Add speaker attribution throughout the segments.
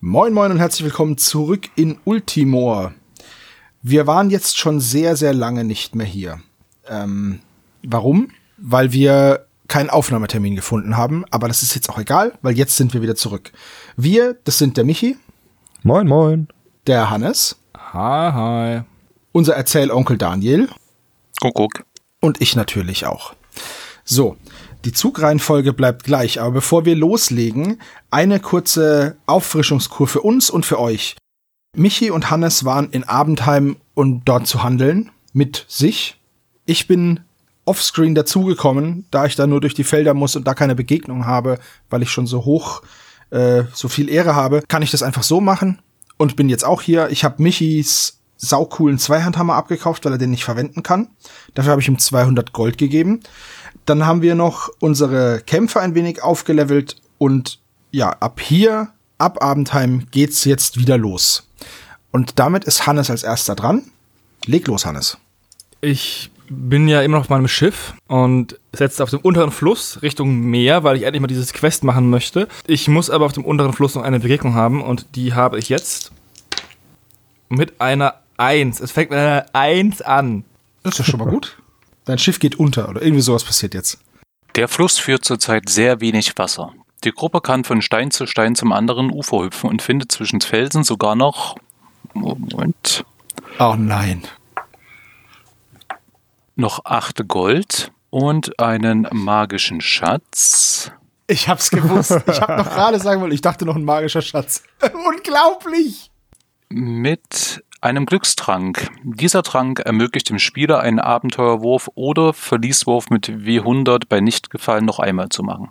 Speaker 1: Moin moin und herzlich willkommen zurück in Ultimor. Wir waren jetzt schon sehr, sehr lange nicht mehr hier. Ähm, warum? Weil wir keinen Aufnahmetermin gefunden haben, aber das ist jetzt auch egal, weil jetzt sind wir wieder zurück. Wir, das sind der Michi,
Speaker 2: Moin, moin.
Speaker 1: der Hannes,
Speaker 3: Hi, hi.
Speaker 1: unser Erzählonkel Daniel
Speaker 4: Kuckuck.
Speaker 1: Und ich natürlich auch. So, die Zugreihenfolge bleibt gleich, aber bevor wir loslegen, eine kurze Auffrischungskur für uns und für euch. Michi und Hannes waren in Abendheim und dort zu handeln mit sich. Ich bin offscreen dazugekommen, da ich da nur durch die Felder muss und da keine Begegnung habe, weil ich schon so hoch, äh, so viel Ehre habe, kann ich das einfach so machen und bin jetzt auch hier. Ich habe Michis saucoolen Zweihandhammer abgekauft, weil er den nicht verwenden kann. Dafür habe ich ihm 200 Gold gegeben. Dann haben wir noch unsere Kämpfer ein wenig aufgelevelt und ja, ab hier, ab Abendheim geht's jetzt wieder los. Und damit ist Hannes als erster dran. Leg los, Hannes.
Speaker 3: Ich bin ja immer noch auf meinem Schiff und setze auf dem unteren Fluss Richtung Meer, weil ich endlich mal dieses Quest machen möchte. Ich muss aber auf dem unteren Fluss noch eine Begegnung haben und die habe ich jetzt mit einer 1. Es fängt mit einer 1 an.
Speaker 1: Das ist ja schon mal gut. Dein Schiff geht unter oder irgendwie sowas passiert jetzt.
Speaker 4: Der Fluss führt zurzeit sehr wenig Wasser. Die Gruppe kann von Stein zu Stein zum anderen Ufer hüpfen und findet zwischen Felsen sogar noch. Moment.
Speaker 1: Oh nein.
Speaker 4: Noch acht Gold und einen magischen Schatz.
Speaker 1: Ich hab's gewusst. Ich hab noch gerade sagen wollen, ich dachte noch ein magischer Schatz. Unglaublich!
Speaker 4: mit einem Glückstrank. Dieser Trank ermöglicht dem Spieler einen Abenteuerwurf oder Verlieswurf mit W100 bei Nichtgefallen noch einmal zu machen.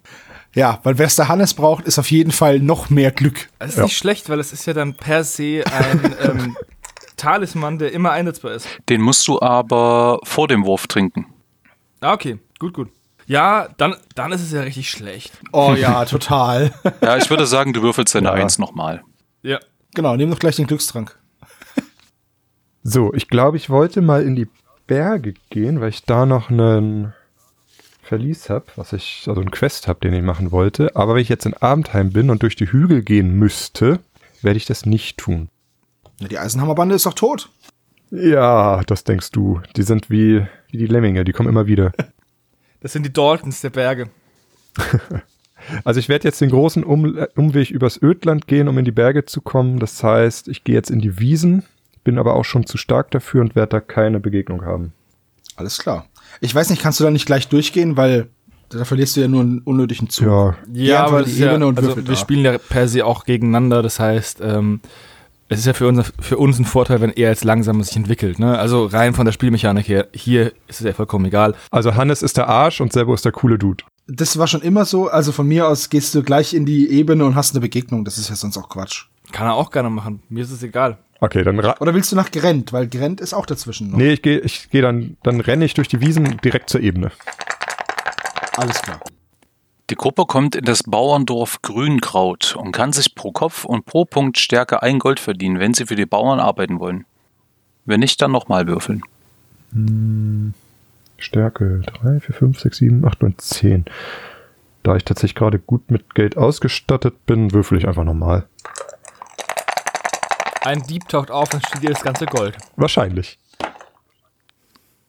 Speaker 1: Ja, weil wer's der Hannes braucht, ist auf jeden Fall noch mehr Glück.
Speaker 3: Es ist nicht schlecht, weil es ist ja dann per se ein ähm, Talisman, der immer einsetzbar ist.
Speaker 4: Den musst du aber vor dem Wurf trinken.
Speaker 3: Ah, okay. Gut, gut. Ja, dann, dann ist es ja richtig schlecht.
Speaker 1: Oh ja, total.
Speaker 4: Ja, ich würde sagen, du würfelst deine
Speaker 2: Ja.
Speaker 4: Eins nochmal.
Speaker 3: Ja.
Speaker 1: Genau, nimm doch gleich den Glückstrank.
Speaker 2: So, ich glaube, ich wollte mal in die Berge gehen, weil ich da noch einen Verlies habe, was ich, also einen Quest habe, den ich machen wollte. Aber wenn ich jetzt in Abendheim bin und durch die Hügel gehen müsste, werde ich das nicht tun.
Speaker 1: Ja, die Eisenhammerbande ist doch tot.
Speaker 2: Ja, das denkst du. Die sind wie, wie die Lemminge, die kommen immer wieder.
Speaker 3: Das sind die Daltons der Berge.
Speaker 2: Also ich werde jetzt den großen um Umweg übers Ödland gehen, um in die Berge zu kommen. Das heißt, ich gehe jetzt in die Wiesen, bin aber auch schon zu stark dafür und werde da keine Begegnung haben.
Speaker 1: Alles klar. Ich weiß nicht, kannst du da nicht gleich durchgehen, weil da verlierst du ja nur einen unnötigen Zug.
Speaker 2: Ja,
Speaker 1: Geh
Speaker 3: Ja,
Speaker 1: einfach
Speaker 3: aber
Speaker 1: in
Speaker 3: das
Speaker 1: die
Speaker 3: ist ja,
Speaker 1: Ebene und
Speaker 3: also
Speaker 1: würfel
Speaker 3: wir
Speaker 1: da.
Speaker 3: spielen ja per se auch gegeneinander. Das heißt, ähm, es ist ja für uns, für uns ein Vorteil, wenn er jetzt langsam sich entwickelt. Ne? Also rein von der Spielmechanik her. Hier ist es ja vollkommen egal.
Speaker 2: Also Hannes ist der Arsch und Servo ist der coole Dude.
Speaker 1: Das war schon immer so. Also von mir aus gehst du gleich in die Ebene und hast eine Begegnung. Das ist ja sonst auch Quatsch.
Speaker 3: Kann er auch gerne machen. Mir ist es egal.
Speaker 2: Okay, dann ra
Speaker 1: Oder willst du nach Grent? Weil Grent ist auch dazwischen. Noch.
Speaker 2: Nee, ich gehe ich geh dann dann renne ich durch die Wiesen direkt zur Ebene.
Speaker 1: Alles klar.
Speaker 4: Die Gruppe kommt in das Bauerndorf Grünkraut und kann sich pro Kopf und pro Punkt Stärke ein Gold verdienen, wenn sie für die Bauern arbeiten wollen. Wenn nicht, dann nochmal würfeln.
Speaker 2: Stärke 3 4 5 6 7 8 9 10. Da ich tatsächlich gerade gut mit Geld ausgestattet bin, würfel ich einfach nochmal.
Speaker 3: Ein Dieb taucht auf und stiehlt ihr das ganze Gold.
Speaker 2: Wahrscheinlich.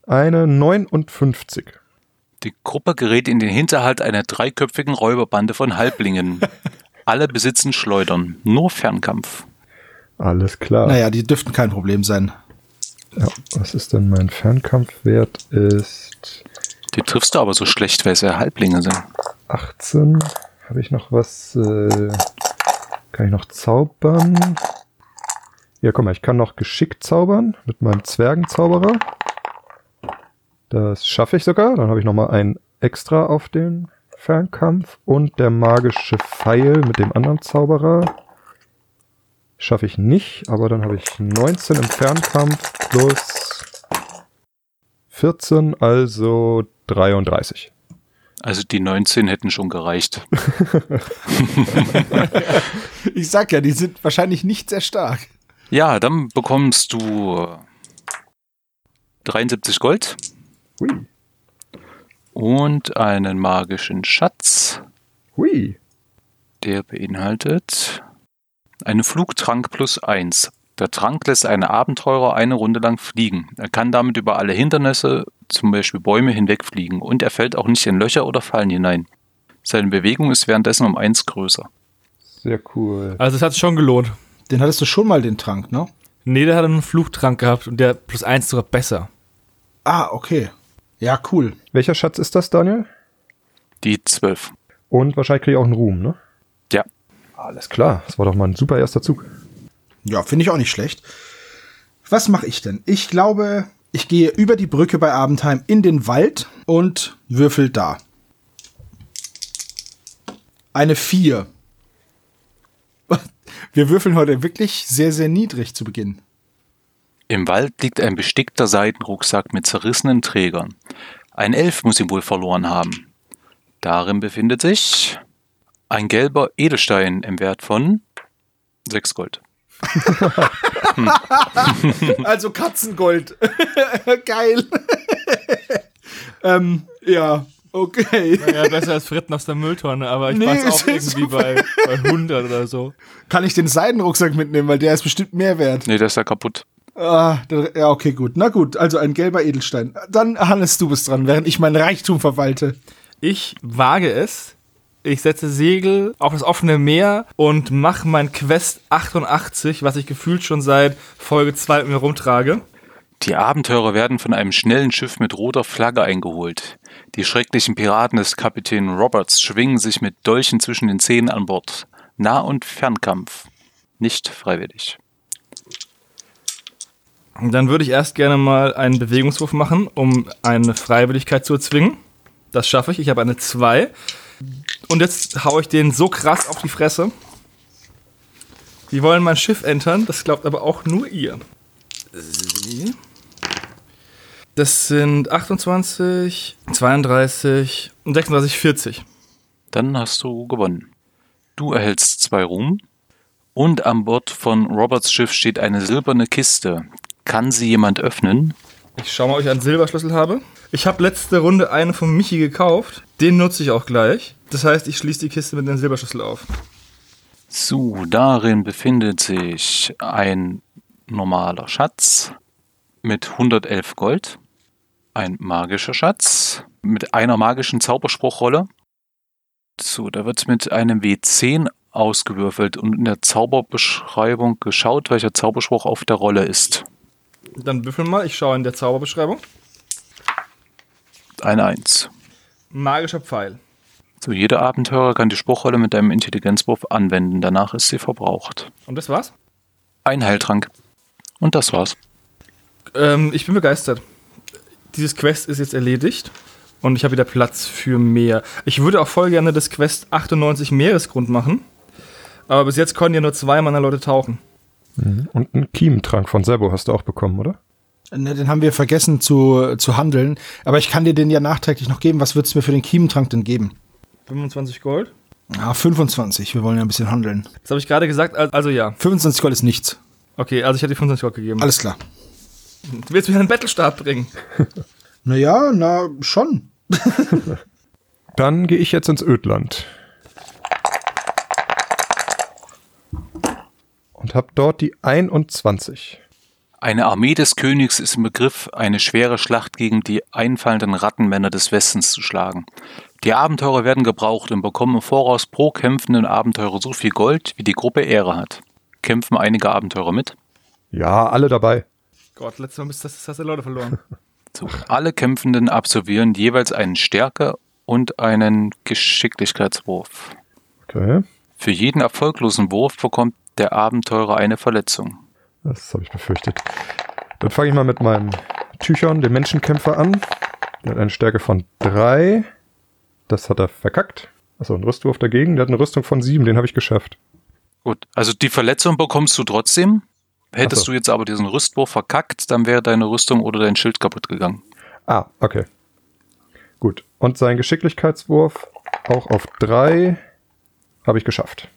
Speaker 2: Eine 59.
Speaker 4: Die Gruppe gerät in den Hinterhalt einer dreiköpfigen Räuberbande von Halblingen. Alle besitzen Schleudern, nur Fernkampf.
Speaker 2: Alles klar.
Speaker 1: Naja, die dürften kein Problem sein.
Speaker 2: Ja, was ist denn mein Fernkampfwert? Ist
Speaker 4: Die triffst du aber so schlecht, weil es ja Halblinge sind.
Speaker 2: 18. Habe ich noch was? Äh, kann ich noch zaubern? Ja, guck mal, ich kann noch geschickt zaubern mit meinem Zwergenzauberer. Das schaffe ich sogar. Dann habe ich nochmal ein extra auf den Fernkampf. Und der magische Pfeil mit dem anderen Zauberer schaffe ich nicht, aber dann habe ich 19 im Fernkampf plus 14, also 33.
Speaker 4: Also die 19 hätten schon gereicht.
Speaker 1: Ich sag ja, die sind wahrscheinlich nicht sehr stark.
Speaker 4: Ja, dann bekommst du 73 Gold
Speaker 2: Hui.
Speaker 4: und einen magischen Schatz,
Speaker 2: Hui.
Speaker 4: der beinhaltet Eine Flugtrank plus eins. Der Trank lässt einen Abenteurer eine Runde lang fliegen. Er kann damit über alle Hindernisse, zum Beispiel Bäume, hinwegfliegen und er fällt auch nicht in Löcher oder Fallen hinein. Seine Bewegung ist währenddessen um eins größer.
Speaker 2: Sehr cool.
Speaker 3: Also es hat sich schon gelohnt.
Speaker 1: Den hattest du schon mal, den Trank, ne?
Speaker 3: Nee, der hat einen Flugtrank gehabt und der plus eins sogar besser.
Speaker 1: Ah, okay. Ja, cool.
Speaker 2: Welcher Schatz ist das, Daniel?
Speaker 4: Die 12.
Speaker 2: Und wahrscheinlich kriege ich auch einen Ruhm, ne?
Speaker 4: Ja.
Speaker 2: Alles klar, das war doch mal ein super erster Zug.
Speaker 1: Ja, finde ich auch nicht schlecht. Was mache ich denn? Ich glaube, ich gehe über die Brücke bei Abendheim in den Wald und würfel da. Eine 4. Wir würfeln heute wirklich sehr, sehr niedrig zu Beginn.
Speaker 4: Im Wald liegt ein bestickter Seidenrucksack mit zerrissenen Trägern. Ein Elf muss ihn wohl verloren haben. Darin befindet sich ein gelber Edelstein im Wert von 6 Gold.
Speaker 1: Also Katzengold. Geil. ähm, ja, okay.
Speaker 3: Ja, besser als Fritten aus der Mülltonne, aber ich
Speaker 1: Nee,
Speaker 3: nee, weiß
Speaker 1: es
Speaker 3: auch
Speaker 1: ist
Speaker 3: irgendwie bei, bei 100 oder so.
Speaker 1: Kann ich den Seidenrucksack mitnehmen, weil der ist bestimmt mehr wert.
Speaker 4: Nee, der ist ja kaputt.
Speaker 1: Ah, der- ja, okay, gut. Na gut, also ein gelber Edelstein. Dann, Hannes, du bist dran, während ich meinen Reichtum verwalte.
Speaker 3: Ich wage es. Ich setze Segel auf das offene Meer und mache mein Quest 88, was ich gefühlt schon seit Folge 2 mit mir rumtrage.
Speaker 4: Die Abenteurer werden von einem schnellen Schiff mit roter Flagge eingeholt. Die schrecklichen Piraten des Kapitän Roberts schwingen sich mit Dolchen zwischen den Zähnen an Bord. Nah- und Fernkampf. Nicht freiwillig.
Speaker 3: Und Dann würde ich erst gerne mal einen Bewegungswurf machen, um eine Freiwilligkeit zu erzwingen. Das schaffe ich. Ich habe eine 2. Und jetzt haue ich den so krass auf die Fresse. Die wollen mein Schiff entern, das glaubt aber auch nur ihr. Sie. Das sind 28, 32 und 36, 40.
Speaker 4: Dann hast du gewonnen. Du erhältst zwei Ruhm. Und an Bord von Roberts Schiff steht eine silberne Kiste. Kann sie jemand öffnen?
Speaker 3: Ich schau mal, ob ich einen Silberschlüssel habe. Ich habe letzte Runde einen von Michi gekauft. Den nutze ich auch gleich. Das heißt, ich schließe die Kiste mit einem Silberschlüssel auf.
Speaker 4: So, darin befindet sich ein normaler Schatz mit 111 Gold, ein magischer Schatz mit einer magischen Zauberspruchrolle. So, da wird es mit einem W10 ausgewürfelt und in der Zauberbeschreibung geschaut, welcher Zauberspruch auf der Rolle ist.
Speaker 3: Dann büffeln mal. Ich schaue in der Zauberbeschreibung.
Speaker 4: Eine 1.
Speaker 3: Magischer Pfeil.
Speaker 4: So, jeder Abenteurer kann die Spruchrolle mit einem Intelligenzwurf anwenden, danach ist sie verbraucht.
Speaker 3: Und das war's?
Speaker 4: Ein Heiltrank. Und das war's.
Speaker 3: Ähm, ich bin begeistert. Dieses Quest ist jetzt erledigt. Und ich habe wieder Platz für mehr. Ich würde auch voll gerne das Quest 98 Meeresgrund machen. Aber bis jetzt konnten ja nur zwei meiner Leute tauchen.
Speaker 2: Und einen Kiementrank von Servo hast du auch bekommen, oder?
Speaker 1: Ne, den haben wir vergessen zu, zu handeln. Aber ich kann dir den ja nachträglich noch geben. Was würdest du mir für den Kiementrank denn geben?
Speaker 3: 25 Gold.
Speaker 1: Ah, 25. Wir wollen ja ein bisschen handeln.
Speaker 3: Das habe ich gerade gesagt. al- Also ja.
Speaker 1: 25 Gold ist nichts.
Speaker 3: Okay, also ich hatte 25 Gold gegeben.
Speaker 1: Alles klar.
Speaker 3: Du willst mich an den Battlestab bringen.
Speaker 1: Naja, na, schon.
Speaker 2: Dann gehe ich jetzt ins Ödland. Und habe dort die 21.
Speaker 4: Eine Armee des Königs ist im Begriff, eine schwere Schlacht gegen die einfallenden Rattenmänner des Westens zu schlagen. Die Abenteurer werden gebraucht und bekommen im Voraus pro kämpfenden Abenteurer so viel Gold, wie die Gruppe Ehre hat. Kämpfen einige Abenteurer mit?
Speaker 2: Ja, alle dabei.
Speaker 3: Gott, letztes Mal bist- hast hast du Leute verloren.
Speaker 4: So, alle Kämpfenden absolvieren jeweils einen Stärke- und einen Geschicklichkeitswurf.
Speaker 2: Okay,
Speaker 4: Für jeden erfolglosen Wurf bekommt der Abenteurer eine Verletzung.
Speaker 2: das habe ich befürchtet. Dann fange ich mal mit meinem Tüchern, dem Menschenkämpfer, an. Der hat eine Stärke von 3. Das hat er verkackt. Achso, ein Rüstwurf dagegen. Der hat eine Rüstung von 7, den habe ich geschafft.
Speaker 4: Gut, also die Verletzung bekommst du trotzdem. Hättest
Speaker 2: Ach so.
Speaker 4: du jetzt aber diesen Rüstwurf verkackt, dann wäre deine Rüstung oder dein Schild kaputt gegangen.
Speaker 2: Ah, okay. Gut. Und seinen Geschicklichkeitswurf auch auf 3 habe ich geschafft.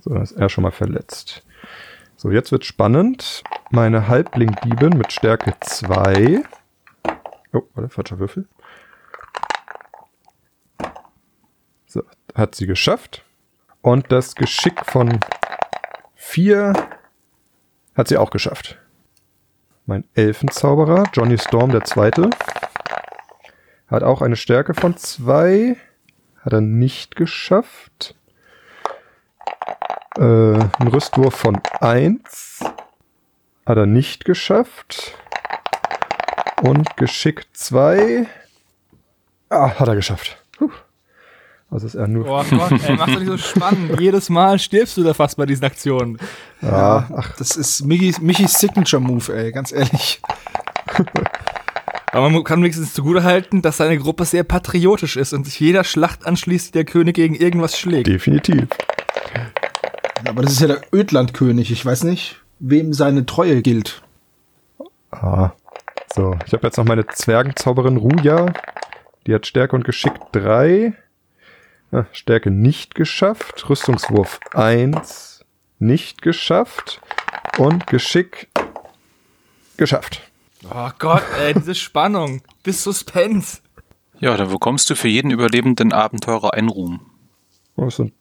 Speaker 2: So, dann ist er schon mal verletzt. So, jetzt wird spannend. Meine Halblingdiebin mit Stärke 2. Oh, warte, falscher Würfel. So, hat sie geschafft. Und das Geschick von Vier hat sie auch geschafft. Mein Elfenzauberer, Johnny Storm der Zweite, hat auch eine Stärke von zwei. Hat er nicht geschafft. Äh, ein Rüstwurf von eins. Hat er nicht geschafft. Und Geschick zwei. Ah, hat er geschafft. Puh. Also ist er nur
Speaker 3: Boah, Oh Gott, ey, mach's doch nicht so spannend. Jedes Mal stirbst du da fast bei diesen Aktionen.
Speaker 2: Ah.
Speaker 1: Ja, ach. Das ist Michis, Michis Signature-Move, ey, ganz ehrlich.
Speaker 3: Aber man kann wenigstens zugutehalten, dass seine Gruppe sehr patriotisch ist und sich jeder Schlacht anschließt, die der König gegen irgendwas schlägt.
Speaker 2: definitiv.
Speaker 1: Aber das ist ja der Ödlandkönig. Ich weiß nicht, wem seine Treue gilt.
Speaker 2: Ah. So, ich habe jetzt noch meine Zwergenzauberin Ruja. Die hat Stärke und Geschick 3. Ah, Stärke nicht geschafft. Rüstungswurf 1. Nicht geschafft. Und Geschick geschafft.
Speaker 3: Oh Gott, ey, diese Spannung. Bis Suspense.
Speaker 4: Ja, dann bekommst du für jeden überlebenden Abenteurer einen Ruhm.
Speaker 2: Oh, es sind,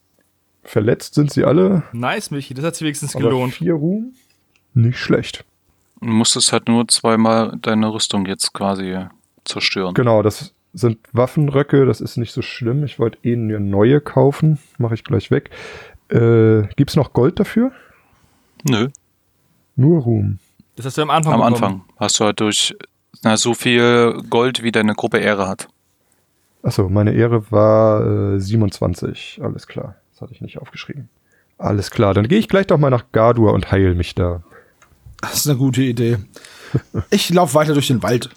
Speaker 2: verletzt sind sie alle.
Speaker 3: Nice, Michi, das hat sich wenigstens
Speaker 2: aber
Speaker 3: gelohnt.
Speaker 2: Vier Ruhm. Nicht schlecht.
Speaker 4: Du musstest halt nur zweimal deine Rüstung jetzt quasi zerstören.
Speaker 2: Genau, das sind Waffenröcke, das ist nicht so schlimm. Ich wollte eh eine neue kaufen. Mache ich gleich weg. Äh, gibt's noch Gold dafür?
Speaker 4: Nö,
Speaker 2: Nur Ruhm.
Speaker 3: Das hast du am Anfang
Speaker 4: am
Speaker 3: bekommen.
Speaker 4: Anfang hast du halt durch na, so viel Gold, wie deine Gruppe Ehre hat.
Speaker 2: Achso, meine Ehre war äh, 27. Alles klar. Das hatte ich nicht aufgeschrieben. Alles klar, dann gehe ich gleich doch mal nach Gardur und heil mich da.
Speaker 1: Das ist eine gute Idee. Ich laufe weiter durch den Wald.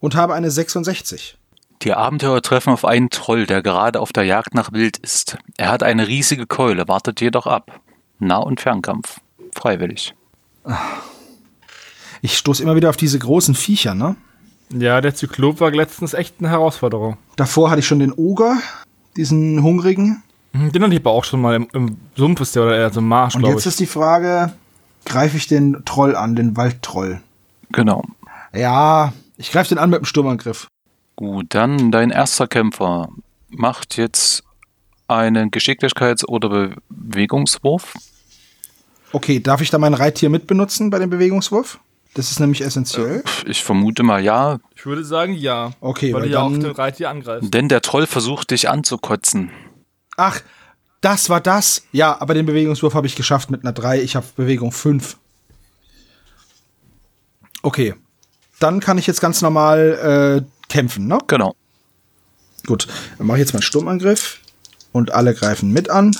Speaker 1: Und habe eine 66.
Speaker 4: Die Abenteurer treffen auf einen Troll, der gerade auf der Jagd nach Wild ist. Er hat eine riesige Keule, wartet jedoch ab. Nah- und Fernkampf. Freiwillig.
Speaker 1: Ich stoße immer wieder auf diese großen Viecher, ne?
Speaker 3: Ja, der Zyklop war letztens echt eine Herausforderung.
Speaker 1: Davor hatte ich schon den Oger, diesen hungrigen.
Speaker 3: Hm, Den hatte ich aber auch schon mal im, im Sumpf, ist der oder eher so im Marsch,
Speaker 1: Und
Speaker 3: glaube
Speaker 1: jetzt
Speaker 3: ich.
Speaker 1: ist die Frage, greife ich den Troll an, den Waldtroll?
Speaker 4: Genau.
Speaker 1: Ja, ich greife den an mit dem Sturmangriff.
Speaker 4: Gut, dann dein erster Kämpfer macht jetzt einen Geschicklichkeits- oder Bewegungswurf.
Speaker 1: Okay, darf ich da mein Reittier mitbenutzen bei dem Bewegungswurf? Das ist nämlich essentiell.
Speaker 4: Pff, Ich vermute mal ja,
Speaker 3: Ich würde sagen, ja.
Speaker 1: Okay,
Speaker 3: weil
Speaker 1: weil
Speaker 3: du ja auch
Speaker 1: dann-
Speaker 3: den Reittier angreifst.
Speaker 4: denn der Troll versucht dich anzukotzen.
Speaker 1: Ach, das war das. Ja, aber den Bewegungswurf habe ich geschafft mit einer 3. Ich habe Bewegung 5. Okay. Dann kann ich jetzt ganz normal äh, kämpfen, ne?
Speaker 4: Genau.
Speaker 1: Gut. Dann mache ich jetzt meinen Sturmangriff. Und alle greifen mit an.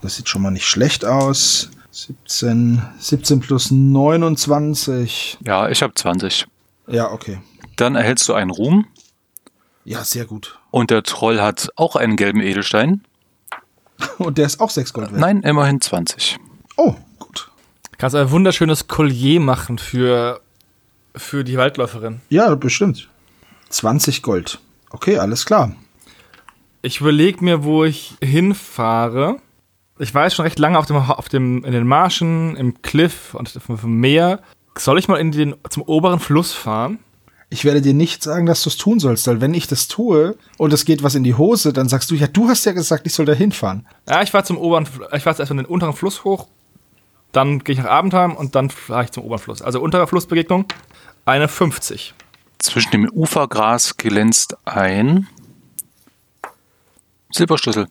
Speaker 1: Das sieht schon mal nicht schlecht aus. 17, 17 plus 29.
Speaker 4: Ja, ich habe 20.
Speaker 1: Ja, okay.
Speaker 4: Dann erhältst du einen Ruhm
Speaker 1: Ja, sehr gut.
Speaker 4: und der Troll hat auch einen gelben Edelstein.
Speaker 1: Und der ist auch 6 Gold wert.
Speaker 4: Nein, immerhin 20.
Speaker 1: Oh, gut.
Speaker 3: Kannst ein wunderschönes Collier machen für, für die Waldläuferin.
Speaker 1: Ja, bestimmt. 20 Gold. Okay, alles klar.
Speaker 3: Ich überlege mir, wo ich hinfahre. Ich war jetzt schon recht lange auf dem, Ha- auf dem, in den Marschen, im Cliff und auf dem Meer. Soll ich mal in den, zum oberen Fluss fahren?
Speaker 1: Ich werde dir nicht sagen, dass du es tun sollst, weil wenn ich das tue und es geht was in die Hose, dann sagst du, ja, du hast ja gesagt, ich soll da hinfahren.
Speaker 3: Ja, ich fahre zum oberen, Fl- ich fahre erst in den unteren Fluss hoch, dann gehe ich nach Abendheim und dann fahre ich zum oberen Fluss. Also unterer Flussbegegnung, eine 50.
Speaker 4: Zwischen dem Ufergras glänzt ein Silberschlüssel.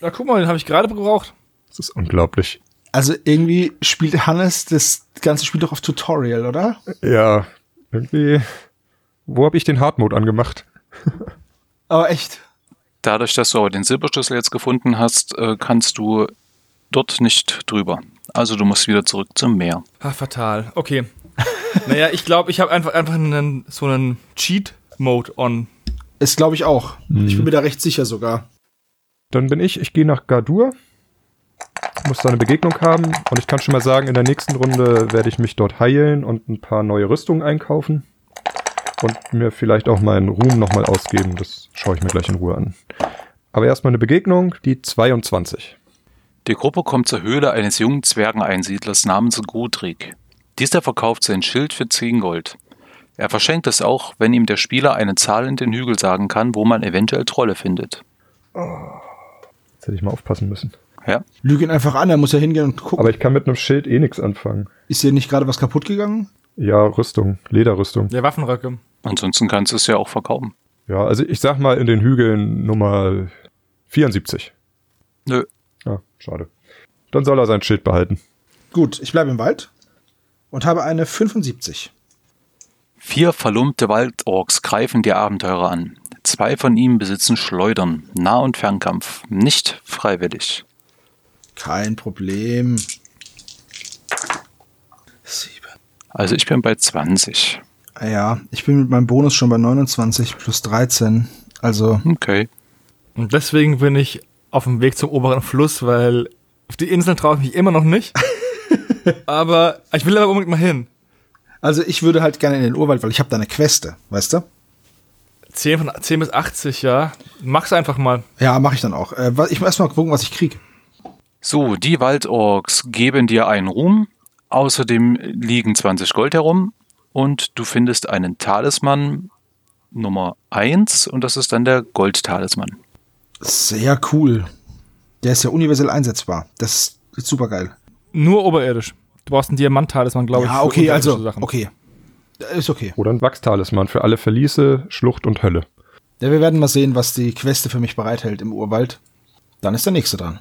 Speaker 3: Na guck mal, den habe ich gerade gebraucht.
Speaker 2: Das ist unglaublich.
Speaker 1: Also irgendwie spielt Hannes das ganze Spiel doch auf Tutorial, oder?
Speaker 2: Ja, irgendwie. Wo habe ich den Hardmode angemacht?
Speaker 1: Aber echt.
Speaker 4: Dadurch, dass du aber den Silberschlüssel jetzt gefunden hast, äh, kannst du dort nicht drüber. Also du musst wieder zurück zum Meer.
Speaker 3: Ah, fatal. Okay. naja, ich glaube, ich habe einfach, einfach einen, so einen Cheat-Mode on.
Speaker 1: Ist, glaube ich, auch.
Speaker 2: Mhm.
Speaker 1: Ich bin mir da recht sicher sogar.
Speaker 2: Dann bin ich, ich gehe nach Gardur, muss da eine Begegnung haben und ich kann schon mal sagen, in der nächsten Runde werde ich mich dort heilen und ein paar neue Rüstungen einkaufen und mir vielleicht auch meinen Ruhm nochmal ausgeben. Das schaue ich mir gleich in Ruhe an. Aber erstmal eine Begegnung, die 22.
Speaker 4: Die Gruppe kommt zur Höhle eines jungen Zwergeneinsiedlers namens Gudrig. Dieser verkauft sein Schild für 10 Gold. Er verschenkt es auch, wenn ihm der Spieler eine Zahl in den Hügel sagen kann, wo man eventuell Trolle findet.
Speaker 2: Jetzt hätte ich mal aufpassen müssen.
Speaker 4: Ja.
Speaker 1: Lüge ihn einfach an, er muss ja hingehen und gucken.
Speaker 2: Aber ich kann mit einem Schild eh nichts anfangen.
Speaker 1: ist dir nicht gerade was kaputt gegangen?
Speaker 2: Ja, Rüstung, Lederrüstung.
Speaker 3: Der Waffenröcke.
Speaker 4: Ansonsten kannst du es ja auch verkaufen.
Speaker 2: Ja, also ich sag mal in den Hügeln Nummer 74.
Speaker 4: Nö.
Speaker 2: Ja, schade. Dann soll er sein Schild behalten.
Speaker 1: Gut, ich bleibe im Wald und habe eine 75.
Speaker 4: Vier verlumpte Waldorks greifen die Abenteurer an. Zwei von ihnen besitzen Schleudern, Nah- und Fernkampf, nicht freiwillig.
Speaker 1: Kein Problem. Sieben.
Speaker 4: Also ich bin bei 20.
Speaker 1: Ja, ich bin mit meinem Bonus schon bei 29 plus 13. Also,
Speaker 4: Okay.
Speaker 3: Und deswegen bin ich auf dem Weg zum oberen Fluss, weil auf die Insel traue ich mich immer noch nicht. aber ich will aber unbedingt mal hin.
Speaker 1: also ich würde halt gerne in den Urwald, weil ich habe da eine Queste, weißt du?
Speaker 3: 10, von, 10 bis 80, ja. Mach's einfach mal.
Speaker 1: Ja, mache ich dann auch. Äh, wa- ich muss erstmal gucken, was ich kriege.
Speaker 4: So, die Waldorks geben dir einen Ruhm. Außerdem liegen 20 Gold herum und du findest einen Talisman Nummer 1 und das ist dann der Gold-Talisman.
Speaker 1: Sehr cool. Der ist ja universell einsetzbar. Das ist super geil.
Speaker 3: Nur oberirdisch. Du brauchst einen Diamant-Talisman, glaube ich.
Speaker 1: Ja,
Speaker 3: für
Speaker 1: okay,
Speaker 3: unterirdische
Speaker 1: also,
Speaker 3: Sachen.
Speaker 1: okay. Ist okay.
Speaker 2: Oder ein Wachstalisman für alle Verliese, Schlucht und Hölle.
Speaker 1: Ja, wir werden mal sehen, was die Queste für mich bereithält im Urwald. Dann ist der nächste dran.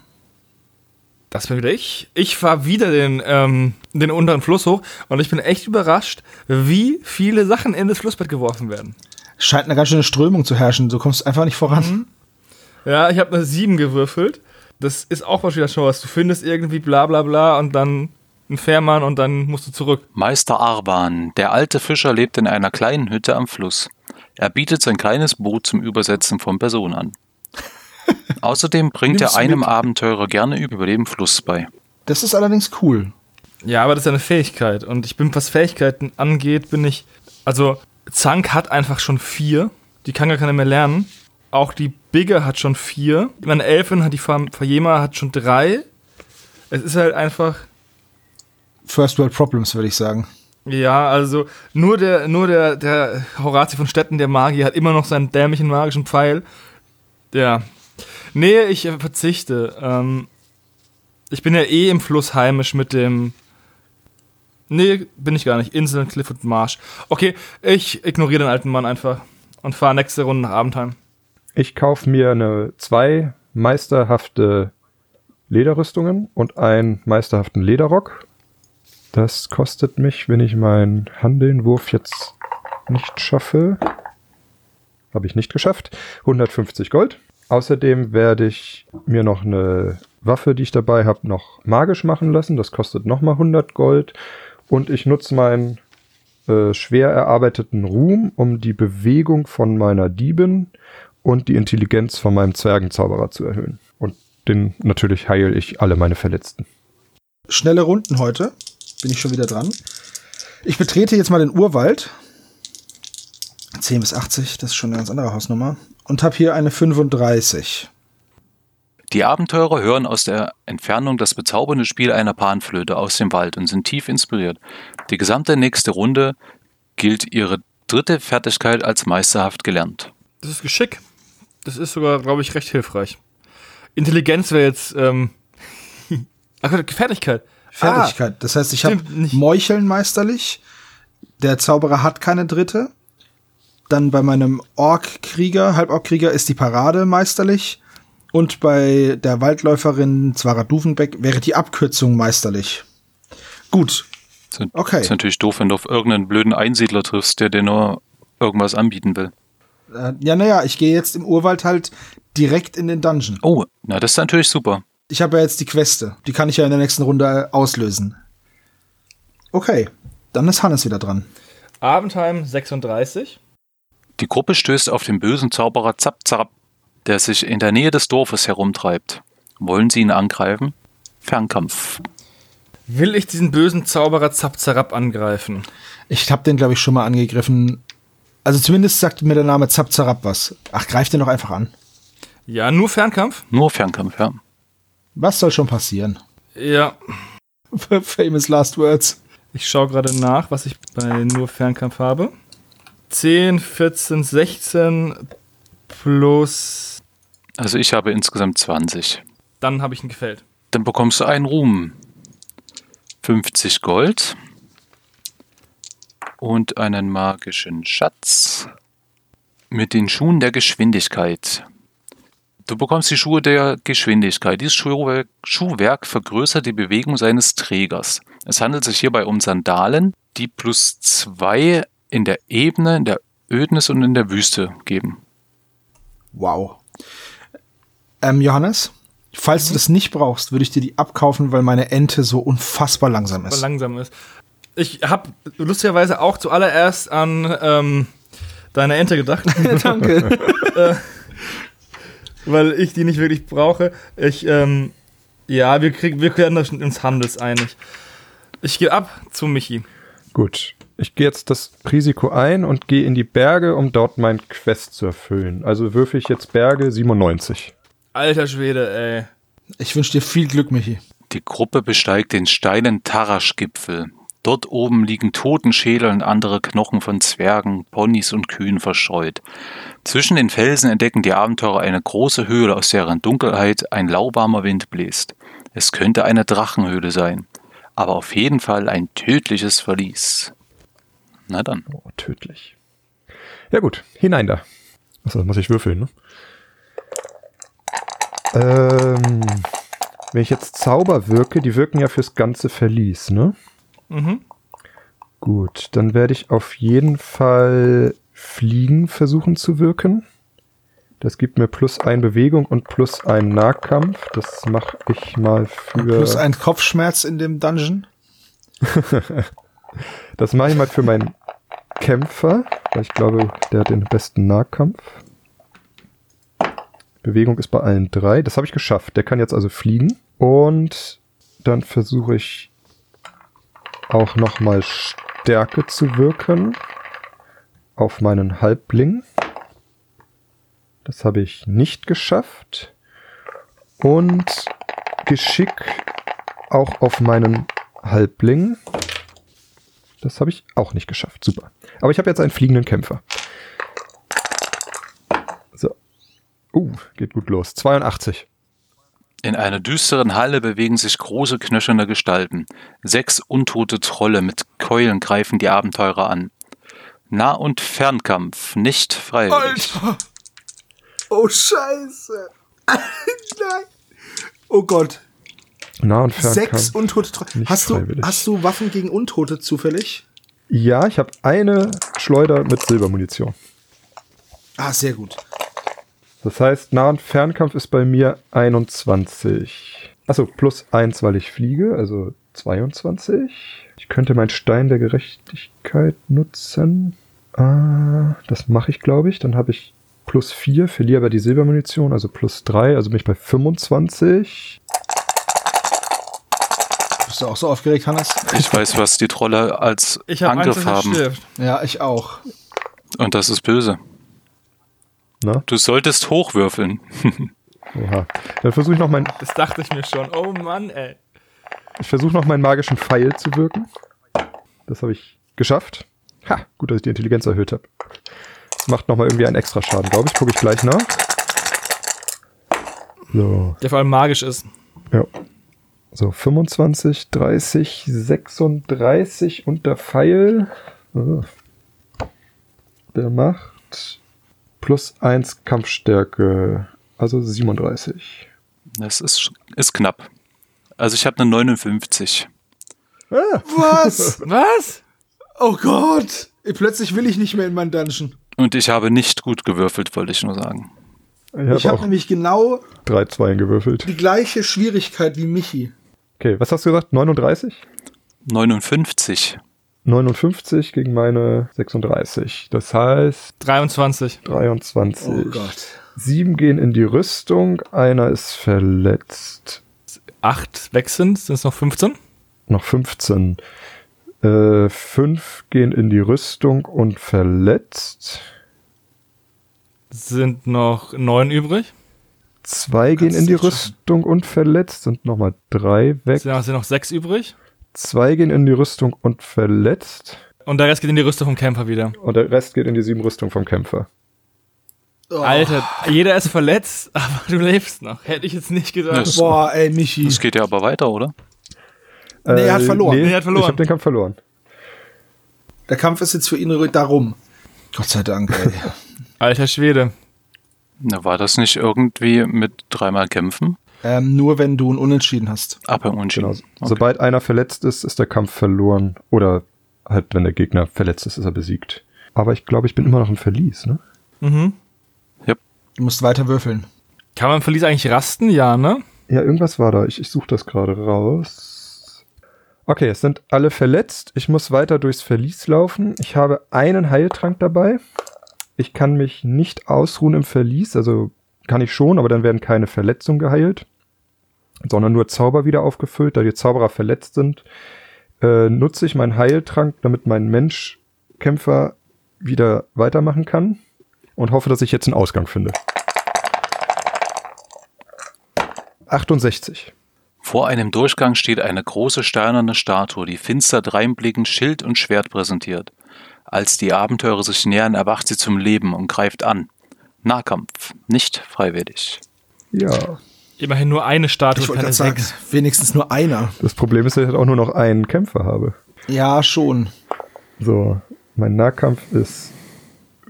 Speaker 3: Das bin wieder ich. Ich fahre wieder den, ähm, den unteren Fluss hoch und ich bin echt überrascht, wie viele Sachen in das Flussbett geworfen werden.
Speaker 1: Scheint eine ganz schöne Strömung zu herrschen. Du kommst einfach nicht voran.
Speaker 3: Ja, ich habe eine 7 gewürfelt. Das ist auch wahrscheinlich schon was. Du findest irgendwie bla bla bla und dann einen Fährmann und dann musst du zurück.
Speaker 4: Meister Arban, der alte Fischer, lebt in einer kleinen Hütte am Fluss. Er bietet sein kleines Boot zum Übersetzen von Personen an. Außerdem bringt
Speaker 1: Nimm's
Speaker 4: er einem
Speaker 1: mit.
Speaker 4: Abenteurer gerne über dem Fluss bei.
Speaker 1: Das ist allerdings cool.
Speaker 3: Ja, aber das ist eine Fähigkeit. Und ich bin, was Fähigkeiten angeht, bin ich. Also, Zank hat einfach schon vier. Die Kanga kann er mehr lernen. Auch die Bigger hat schon vier. Meine Elfin hat die Fa- Fayema hat schon drei. Es ist halt einfach.
Speaker 1: First World Problems, würde ich sagen.
Speaker 3: Ja, also nur der, nur der, der Horatio von Stetten, der Magier, hat immer noch seinen dämlichen magischen Pfeil. Ja. Nee, ich äh, verzichte. Ähm, ich bin ja eh im Fluss heimisch mit dem. Nee, bin ich gar nicht. Inseln, Cliff und Marsh. Okay, ich ignoriere den alten Mann einfach und fahre nächste Runde nach Abendheim.
Speaker 2: Ich kaufe mir eine zwei meisterhafte Lederrüstungen und einen meisterhaften Lederrock. Das kostet mich, wenn ich meinen Handelnwurf jetzt nicht schaffe. Habe ich nicht geschafft. 150 Gold. Außerdem werde ich mir noch eine Waffe, die ich dabei habe, noch magisch machen lassen. Das kostet nochmal 100 Gold. Und ich nutze meinen äh, schwer erarbeiteten Ruhm, um die Bewegung von meiner Diebin und die Intelligenz von meinem Zwergenzauberer zu erhöhen. Und den natürlich heile ich alle meine Verletzten.
Speaker 1: Schnelle Runden heute. Bin ich schon wieder dran. Ich betrete jetzt mal den Urwald. 10 bis 80, das ist schon eine ganz andere Hausnummer. Und habe hier eine 35.
Speaker 4: Die Abenteurer hören aus der Entfernung das bezaubernde Spiel einer Panflöte aus dem Wald und sind tief inspiriert. Die gesamte nächste Runde gilt ihre dritte Fertigkeit als meisterhaft gelernt.
Speaker 3: Das ist Geschick. Das ist sogar, glaube ich, recht hilfreich. Intelligenz wäre jetzt. Ähm, Ach Gott, Fertigkeit. Ah,
Speaker 1: Fertigkeit. das heißt, ich habe
Speaker 3: stimmt nicht.
Speaker 1: Meucheln meisterlich. Der Zauberer hat keine dritte. Dann bei meinem Ork-Krieger, Halborg-Krieger ist die Parade meisterlich. Und bei der Waldläuferin Zwara Dufenbeck wäre die Abkürzung meisterlich. Gut.
Speaker 4: Ist nat-
Speaker 1: Okay.
Speaker 4: Ist natürlich doof, wenn du auf irgendeinen blöden Einsiedler triffst, der dir nur irgendwas anbieten will.
Speaker 1: Äh, Ja, naja, ich gehe jetzt im Urwald halt direkt in den Dungeon.
Speaker 4: Oh, na das ist natürlich super.
Speaker 1: Ich habe ja jetzt die Queste. Die kann ich ja in der nächsten Runde äh, auslösen. Okay. Dann ist Hannes wieder dran.
Speaker 3: Abendheim 36.
Speaker 4: Die Gruppe stößt auf den bösen Zauberer Zapzap, der sich in der Nähe des Dorfes herumtreibt. Wollen sie ihn angreifen? Fernkampf.
Speaker 3: Will ich diesen bösen Zauberer Zapzarab angreifen?
Speaker 1: Ich habe den, glaube ich, schon mal angegriffen. Also zumindest sagt mir der Name Zapzarab was. Ach, greif den doch einfach an.
Speaker 3: Ja, nur Fernkampf?
Speaker 4: Nur Fernkampf, ja.
Speaker 1: Was soll schon passieren?
Speaker 3: Ja.
Speaker 1: Famous last words.
Speaker 3: Ich schaue gerade nach, was ich bei nur Fernkampf habe. 10, 14, 16 plus
Speaker 4: Also ich habe insgesamt 20.
Speaker 3: Dann habe ich ihn gefällt.
Speaker 4: Dann bekommst du einen Ruhm. 50 Gold und einen magischen Schatz mit den Schuhen der Geschwindigkeit. Du bekommst die Schuhe der Geschwindigkeit. Dieses Schuhwerk, Schuhwerk vergrößert die Bewegung seines Trägers. Es handelt sich hierbei um Sandalen, die plus zwei in der Ebene, in der Ödnis und in der Wüste geben.
Speaker 1: Wow. Ähm, Johannes, falls du das nicht brauchst, würde ich dir die abkaufen, weil meine Ente so unfassbar langsam
Speaker 3: weil
Speaker 1: ist.
Speaker 3: langsam ist. Ich habe lustigerweise auch zuallererst an ähm, deine Ente gedacht, Äh,
Speaker 1: Danke.
Speaker 3: weil ich die nicht wirklich brauche. Ich, ähm, ja, wir, krieg, wir werden das ins Handels einig. Ich gehe ab zu Michi.
Speaker 2: Gut. Ich gehe jetzt das Risiko ein und gehe in die Berge, um dort mein Quest zu erfüllen. Also würfe ich jetzt Berge 97.
Speaker 3: Alter Schwede, ey.
Speaker 1: Ich wünsche dir viel Glück, Michi.
Speaker 4: Die Gruppe besteigt den steilen Tarasch-Gipfel. Dort oben liegen Totenschädel und andere Knochen von Zwergen, Ponys und Kühen verstreut. Zwischen den Felsen entdecken die Abenteurer eine große Höhle, aus deren Dunkelheit ein lauwarmer Wind bläst. Es könnte eine Drachenhöhle sein, aber auf jeden Fall ein tödliches Verlies. Na dann,
Speaker 2: Oh, tödlich. Ja gut, hinein da. Achso, das muss ich würfeln, ne? Ähm, wenn ich jetzt Zauber wirke, die wirken ja fürs ganze Verlies, ne?
Speaker 3: Mhm.
Speaker 2: Gut, dann werde ich auf jeden Fall Fliegen versuchen zu wirken. Das gibt mir plus ein Bewegung und plus ein Nahkampf. Das mache ich mal für.
Speaker 1: Plus ein Kopfschmerz in dem Dungeon.
Speaker 2: Das mache ich mal für meinen Kämpfer, weil ich glaube, der hat den besten Nahkampf. Bewegung ist bei allen drei. Das habe ich geschafft. Der kann jetzt also fliegen. Und dann versuche ich auch nochmal Stärke zu wirken auf meinen Halbling. Das habe ich nicht geschafft. Und Geschick auch auf meinen Halbling. Das habe ich auch nicht geschafft. Super. Aber ich habe jetzt einen fliegenden Kämpfer. So. Uh, geht gut los. 82.
Speaker 4: In einer düsteren Halle bewegen sich große knöcherne Gestalten. Sechs untote Trolle mit Keulen greifen die Abenteurer an. Nah- und Fernkampf, nicht freiwillig.
Speaker 1: Oh, Scheiße. Nein. Oh Gott.
Speaker 2: Nah und
Speaker 1: Sechs
Speaker 2: Fernkampf.
Speaker 1: Untote. Tro-
Speaker 2: Nicht
Speaker 1: Hast du,
Speaker 2: freiwillig.
Speaker 1: hast du Waffen gegen Untote zufällig?
Speaker 2: Ja, ich habe eine Schleuder mit Silbermunition.
Speaker 1: Ah, sehr gut.
Speaker 2: Das heißt, Nah- und Fernkampf ist bei mir 21. Achso, plus 1, weil ich fliege, also 22. Ich könnte meinen Stein der Gerechtigkeit nutzen. Ah, das mache ich, glaube ich. Dann habe ich plus 4, verliere aber die Silbermunition, also plus 3, also bin ich bei 25.
Speaker 1: Bist du auch so aufgeregt, Hannes?
Speaker 4: Ich weiß, was die Trolle als
Speaker 3: Ich habe Angst,
Speaker 4: Angriff
Speaker 3: dass er
Speaker 4: haben.
Speaker 3: stirbt.
Speaker 1: Ja, ich auch.
Speaker 4: Und das ist böse.
Speaker 2: Na,
Speaker 4: Du solltest hochwürfeln.
Speaker 2: oha. Dann versuche ich noch meinen,
Speaker 3: Das dachte ich mir schon. Oh Mann, ey.
Speaker 2: ich versuche noch meinen magischen Pfeil zu wirken. Das habe ich geschafft. Ha, gut, dass ich die Intelligenz erhöht habe. Das macht nochmal irgendwie einen extra Schaden, glaube ich. Gucke ich gleich nach. So,
Speaker 3: Der vor allem magisch ist.
Speaker 2: ja. So, 25, 30, 36 und der Pfeil. äh, Der macht plus 1 Kampfstärke, also 37.
Speaker 4: Das ist, ist knapp. Also ich habe eine 59.
Speaker 1: Was?
Speaker 3: Was?
Speaker 1: Oh Gott. Plötzlich will ich nicht mehr in meinen Dungeon.
Speaker 4: Und ich habe nicht gut gewürfelt, wollte ich nur sagen.
Speaker 2: Ich
Speaker 1: ich
Speaker 2: habe
Speaker 1: habe
Speaker 2: auch
Speaker 1: nämlich genau
Speaker 2: drei Zweien gewürfelt.
Speaker 1: die gleiche Schwierigkeit wie Michi.
Speaker 2: Okay, was hast du gesagt? 39?
Speaker 4: 59.
Speaker 2: 59 gegen meine 36. Das heißt
Speaker 3: 23.
Speaker 2: 23.
Speaker 1: Oh Gott.
Speaker 2: Sieben gehen in die Rüstung, einer ist verletzt.
Speaker 3: 8 weg sind, sind es noch 15?
Speaker 2: Noch 15. Äh, fünf gehen in die Rüstung und verletzt.
Speaker 3: Sind noch 9 übrig?
Speaker 2: Zwei gehen in die Rüstung und verletzt. Sind nochmal drei weg.
Speaker 3: Sind noch, sind noch 6 übrig?
Speaker 2: Zwei gehen in die Rüstung und verletzt.
Speaker 3: Und der Rest geht in die Rüstung vom Kämpfer wieder.
Speaker 2: Und der Rest geht in die sieben Rüstung vom Kämpfer.
Speaker 1: Oh.
Speaker 3: Alter, jeder ist verletzt, aber du lebst noch. Hätte ich jetzt nicht gedacht.
Speaker 4: Das-
Speaker 1: Boah, ey, Michi.
Speaker 3: Hm.
Speaker 4: Das geht ja aber weiter, oder?
Speaker 1: Nee, er hat verloren.
Speaker 3: Nee, er hat verloren.
Speaker 2: Äh, Ich habe den Kampf verloren.
Speaker 1: Der Kampf ist jetzt für ihn darum. Gott sei Dank, ey.
Speaker 3: Alter Schwede.
Speaker 4: Na, war das nicht irgendwie mit dreimal Kämpfen?
Speaker 1: ähm, nur wenn du ein Unentschieden hast.
Speaker 4: Ab im Unentschieden.
Speaker 2: Genau. Sobald einer verletzt ist, ist der Kampf verloren. Oder halt, wenn der Gegner verletzt ist, ist er besiegt. Aber ich glaube, ich bin immer noch im Verlies, ne?
Speaker 1: Du musst weiter würfeln.
Speaker 3: Kann man im Verlies eigentlich rasten? Ja, ne?
Speaker 2: Ja, irgendwas war da. Ich, ich suche das gerade raus. Okay, es sind alle verletzt. Ich muss weiter durchs Verlies laufen. Ich habe einen Heiltrank dabei. Ich kann mich nicht ausruhen im Verlies. Also kann ich schon, aber dann werden keine Verletzungen geheilt, sondern nur Zauber wieder aufgefüllt. Da die Zauberer verletzt sind, äh, nutze ich meinen Heiltrank, damit mein Menschkämpfer wieder weitermachen kann und hoffe, dass ich jetzt einen Ausgang finde. 68.
Speaker 4: Vor einem Durchgang steht eine große steinerne Statue, die finster dreinblickend Schild und Schwert präsentiert. Als die Abenteurer sich nähern, erwacht sie zum Leben und greift an. Nahkampf, nicht freiwillig.
Speaker 2: Ja.
Speaker 3: Immerhin nur eine Statue,
Speaker 1: Ich wollte gerade
Speaker 3: keine
Speaker 1: sagen,
Speaker 3: sechs.
Speaker 1: Also wenigstens nur einer.
Speaker 2: Das Problem ist, dass ich halt auch nur noch einen Kämpfer habe.
Speaker 1: Ja, schon.
Speaker 2: So, mein Nahkampf ist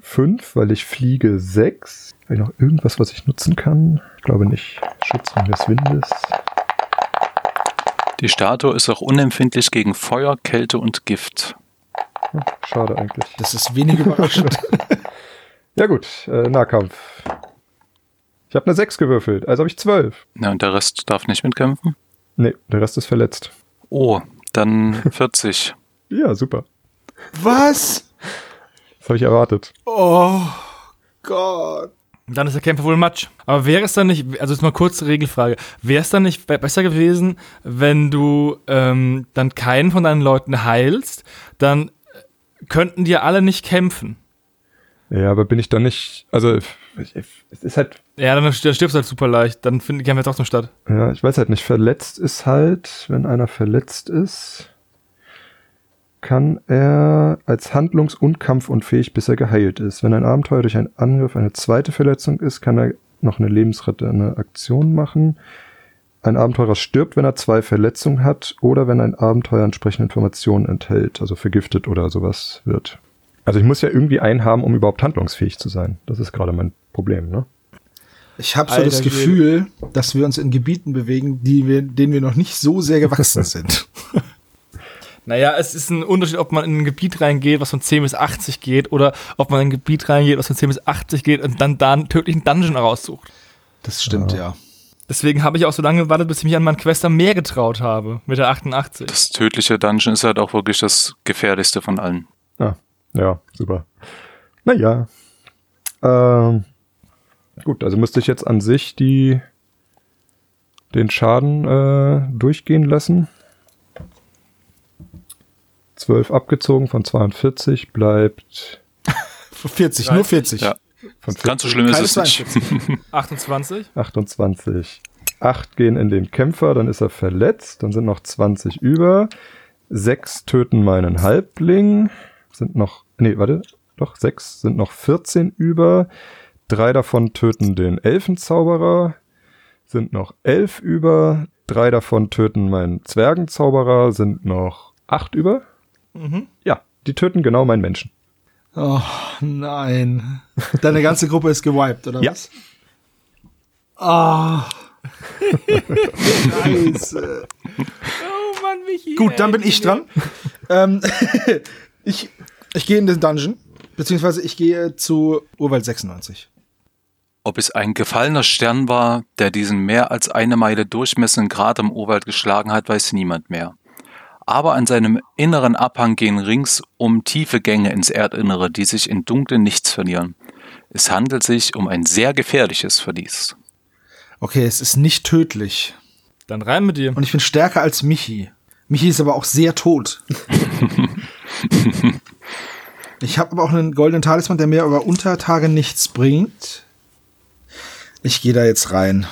Speaker 2: 5, weil ich fliege 6. Habe ich noch irgendwas, was ich nutzen kann? Ich glaube nicht. Schutzring des Windes.
Speaker 4: Die Statue ist auch unempfindlich gegen Feuer, Kälte und Gift.
Speaker 2: Hm, schade eigentlich.
Speaker 1: Das ist wenig überraschend.
Speaker 2: Ja gut, äh, Nahkampf. Ich habe eine 6 gewürfelt, also habe ich 12.
Speaker 4: Na, und der Rest darf nicht mitkämpfen?
Speaker 2: Nee, der Rest ist verletzt.
Speaker 4: Oh, dann 40.
Speaker 2: Ja, super.
Speaker 1: Was?
Speaker 2: Das habe ich erwartet.
Speaker 1: Oh Gott.
Speaker 3: Dann ist der Kämpfer wohl Matsch. Aber wäre es dann nicht, also jetzt mal kurz Regelfrage, wäre es dann nicht be- besser gewesen, wenn du ähm, dann keinen von deinen Leuten heilst, dann äh, könnten die ja alle nicht kämpfen.
Speaker 2: Ja, aber bin ich dann nicht. Also, ich, ich, es ist halt
Speaker 3: Ja, dann, st- dann stirbst du halt super leicht. Dann finden die Kämpfe jetzt auch noch statt.
Speaker 2: Ja, ich weiß halt nicht. Verletzt ist halt, wenn einer verletzt ist, kann er als handlungs- und kampfunfähig, bis er geheilt ist. Wenn ein Abenteuer durch einen Angriff eine zweite Verletzung ist, kann er noch eine lebensrettende Aktion machen. Ein Abenteurer stirbt, wenn er zwei Verletzungen hat oder wenn ein Abenteuer entsprechende Informationen enthält, also vergiftet oder sowas wird. Also ich muss ja irgendwie einen haben, um überhaupt handlungsfähig zu sein. Das ist gerade mein Problem, ne?
Speaker 1: Ich habe so
Speaker 3: Alter
Speaker 1: das
Speaker 3: Schwede.
Speaker 1: Gefühl, dass wir uns in Gebieten bewegen, die wir, denen wir noch nicht so sehr gewachsen sind.
Speaker 3: Naja, es ist ein Unterschied, ob man in ein Gebiet reingeht, was von 10 bis 80 geht, oder ob man in ein Gebiet reingeht, was von 10 bis 80 geht und dann da einen tödlichen Dungeon raussucht.
Speaker 1: Das stimmt, ja.
Speaker 3: Deswegen habe ich auch so lange gewartet, bis ich mich an meinen Quest am Meer getraut habe, mit der 88.
Speaker 4: Das tödliche Dungeon ist halt auch wirklich das gefährlichste von allen.
Speaker 2: Ah, ja, super. Naja. Ähm, gut, also müsste ich jetzt an sich die den Schaden äh, durchgehen lassen. 12 abgezogen von 42 bleibt
Speaker 1: 40, nur 40.
Speaker 4: Ja.
Speaker 2: von
Speaker 4: Ganz so schlimm ist
Speaker 1: Keine
Speaker 4: es nicht.
Speaker 1: 42.
Speaker 3: 28?
Speaker 2: 28. 8 gehen in den Kämpfer, dann ist er verletzt, dann sind noch 20 über. 6 töten meinen Halbling, sind noch, nee, warte, doch, 6 sind noch 14 über. 3 davon töten den Elfenzauberer, sind noch 11 über. 3 davon töten meinen Zwergenzauberer, sind noch 8 über. Ja, die töten genau meinen Menschen.
Speaker 1: Oh nein. Deine ganze Gruppe ist gewiped, oder
Speaker 2: Ja.
Speaker 1: was? Ah. Scheiße.
Speaker 3: Oh Mann, Michi.
Speaker 1: Gut, dann bin ich dran. ähm, ich ich gehe in den Dungeon, beziehungsweise ich gehe zu Urwald 96.
Speaker 4: Ob es ein gefallener Stern war, der diesen mehr als eine Meile durchmessenden Grat im Urwald geschlagen hat, weiß niemand mehr. Aber an seinem inneren Abhang gehen ringsum tiefe Gänge ins Erdinnere, die sich in dunklen Nichts verlieren. Es handelt sich um ein sehr gefährliches Verlies.
Speaker 1: Okay, es ist nicht tödlich.
Speaker 3: Dann rein mit dir.
Speaker 1: Und ich bin stärker als Michi. Michi ist aber auch sehr tot. ich habe aber auch einen goldenen Talisman, der mir aber unter Tage nichts bringt. Ich gehe da jetzt rein.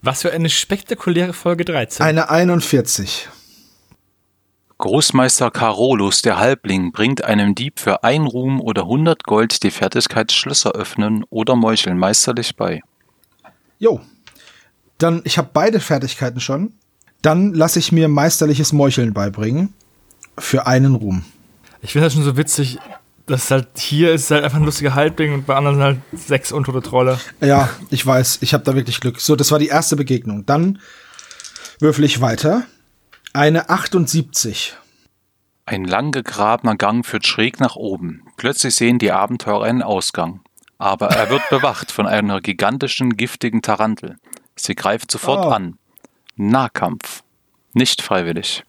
Speaker 3: Was für eine spektakuläre Folge 13.
Speaker 1: Eine 41.
Speaker 4: Großmeister Carolus, der Halbling, bringt einem Dieb für ein Ruhm oder 100 Gold die Fertigkeit Schlösser öffnen oder meucheln meisterlich bei.
Speaker 1: Jo. Dann, ich habe beide Fertigkeiten schon. Dann lasse ich mir meisterliches Meucheln beibringen. Für einen Ruhm.
Speaker 3: Ich finde das schon so witzig, dass halt hier ist halt einfach ein lustiger Halbling und bei anderen sind halt sechs untote Trolle.
Speaker 1: Ja, ich weiß, ich habe da wirklich Glück. So, das war die erste Begegnung. Dann würfel ich weiter. Eine 78.
Speaker 4: Ein lang gegrabener Gang führt schräg nach oben. Plötzlich sehen die Abenteurer einen Ausgang. Aber er wird bewacht von einer gigantischen, giftigen Tarantel. Sie greift sofort
Speaker 1: Oh.
Speaker 4: an. Nahkampf. Nicht freiwillig.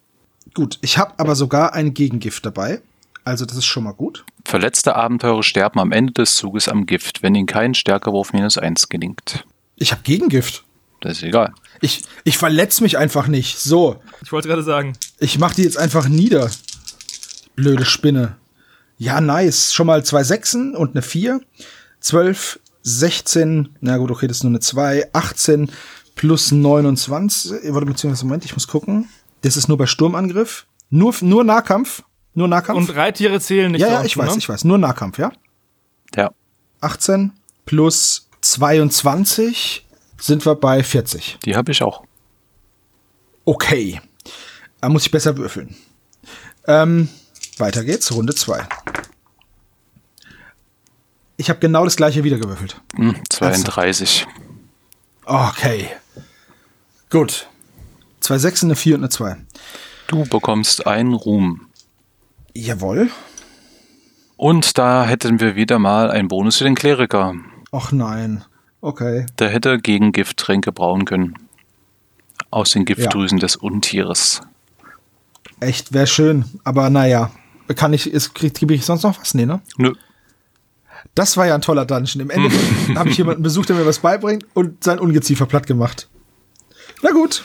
Speaker 1: Gut, ich habe aber sogar ein Gegengift dabei. Also das ist schon mal gut.
Speaker 4: Verletzte Abenteurer sterben am Ende des Zuges am Gift, wenn ihnen kein Stärkewurf minus 1 gelingt.
Speaker 1: Ich habe Gegengift.
Speaker 4: Das ist egal.
Speaker 1: Ich, ich verletz mich einfach nicht. So,
Speaker 3: Ich wollte gerade sagen,
Speaker 1: ich mach die jetzt einfach nieder. Blöde Spinne. Ja, nice. Schon mal zwei Sechsen und eine Vier. Zwölf, 16, na gut, okay, das ist nur eine 2, 18 plus 29. Warte, beziehungsweise, Moment, ich muss gucken. Das ist nur bei Sturmangriff. Nur, nur Nahkampf. Nur Nahkampf.
Speaker 3: und Reittiere zählen nicht.
Speaker 1: ja, ja,
Speaker 3: dazu,
Speaker 1: ich weiß,
Speaker 3: ne?
Speaker 1: ich weiß. Nur Nahkampf, ja?
Speaker 4: Ja.
Speaker 1: 18 plus 22 sind wir bei 40.
Speaker 4: Die habe ich auch.
Speaker 1: Okay. Da muss ich besser würfeln. Ähm, weiter geht's, Runde 2. Ich habe genau das gleiche wieder gewürfelt.
Speaker 4: Hm, 32.
Speaker 1: Okay. Gut. Zwei Sechsen, eine 4 und eine 2.
Speaker 4: Du bekommst einen Ruhm.
Speaker 1: Jawohl.
Speaker 4: Und da hätten wir wieder mal einen Bonus für den Kleriker.
Speaker 1: Och nein. Okay.
Speaker 4: Der hätte gegen Gifttränke brauen können. Aus den Giftdrüsen des Untieres.
Speaker 1: Echt, wäre schön. Aber naja. Kann ich, es kriegt, gebe ich sonst noch was? Nee, ne?
Speaker 4: Nö.
Speaker 1: Das war ja ein toller Dungeon. Im Endeffekt habe ich jemanden besucht, der mir was beibringt und sein Ungeziefer platt gemacht. Na gut.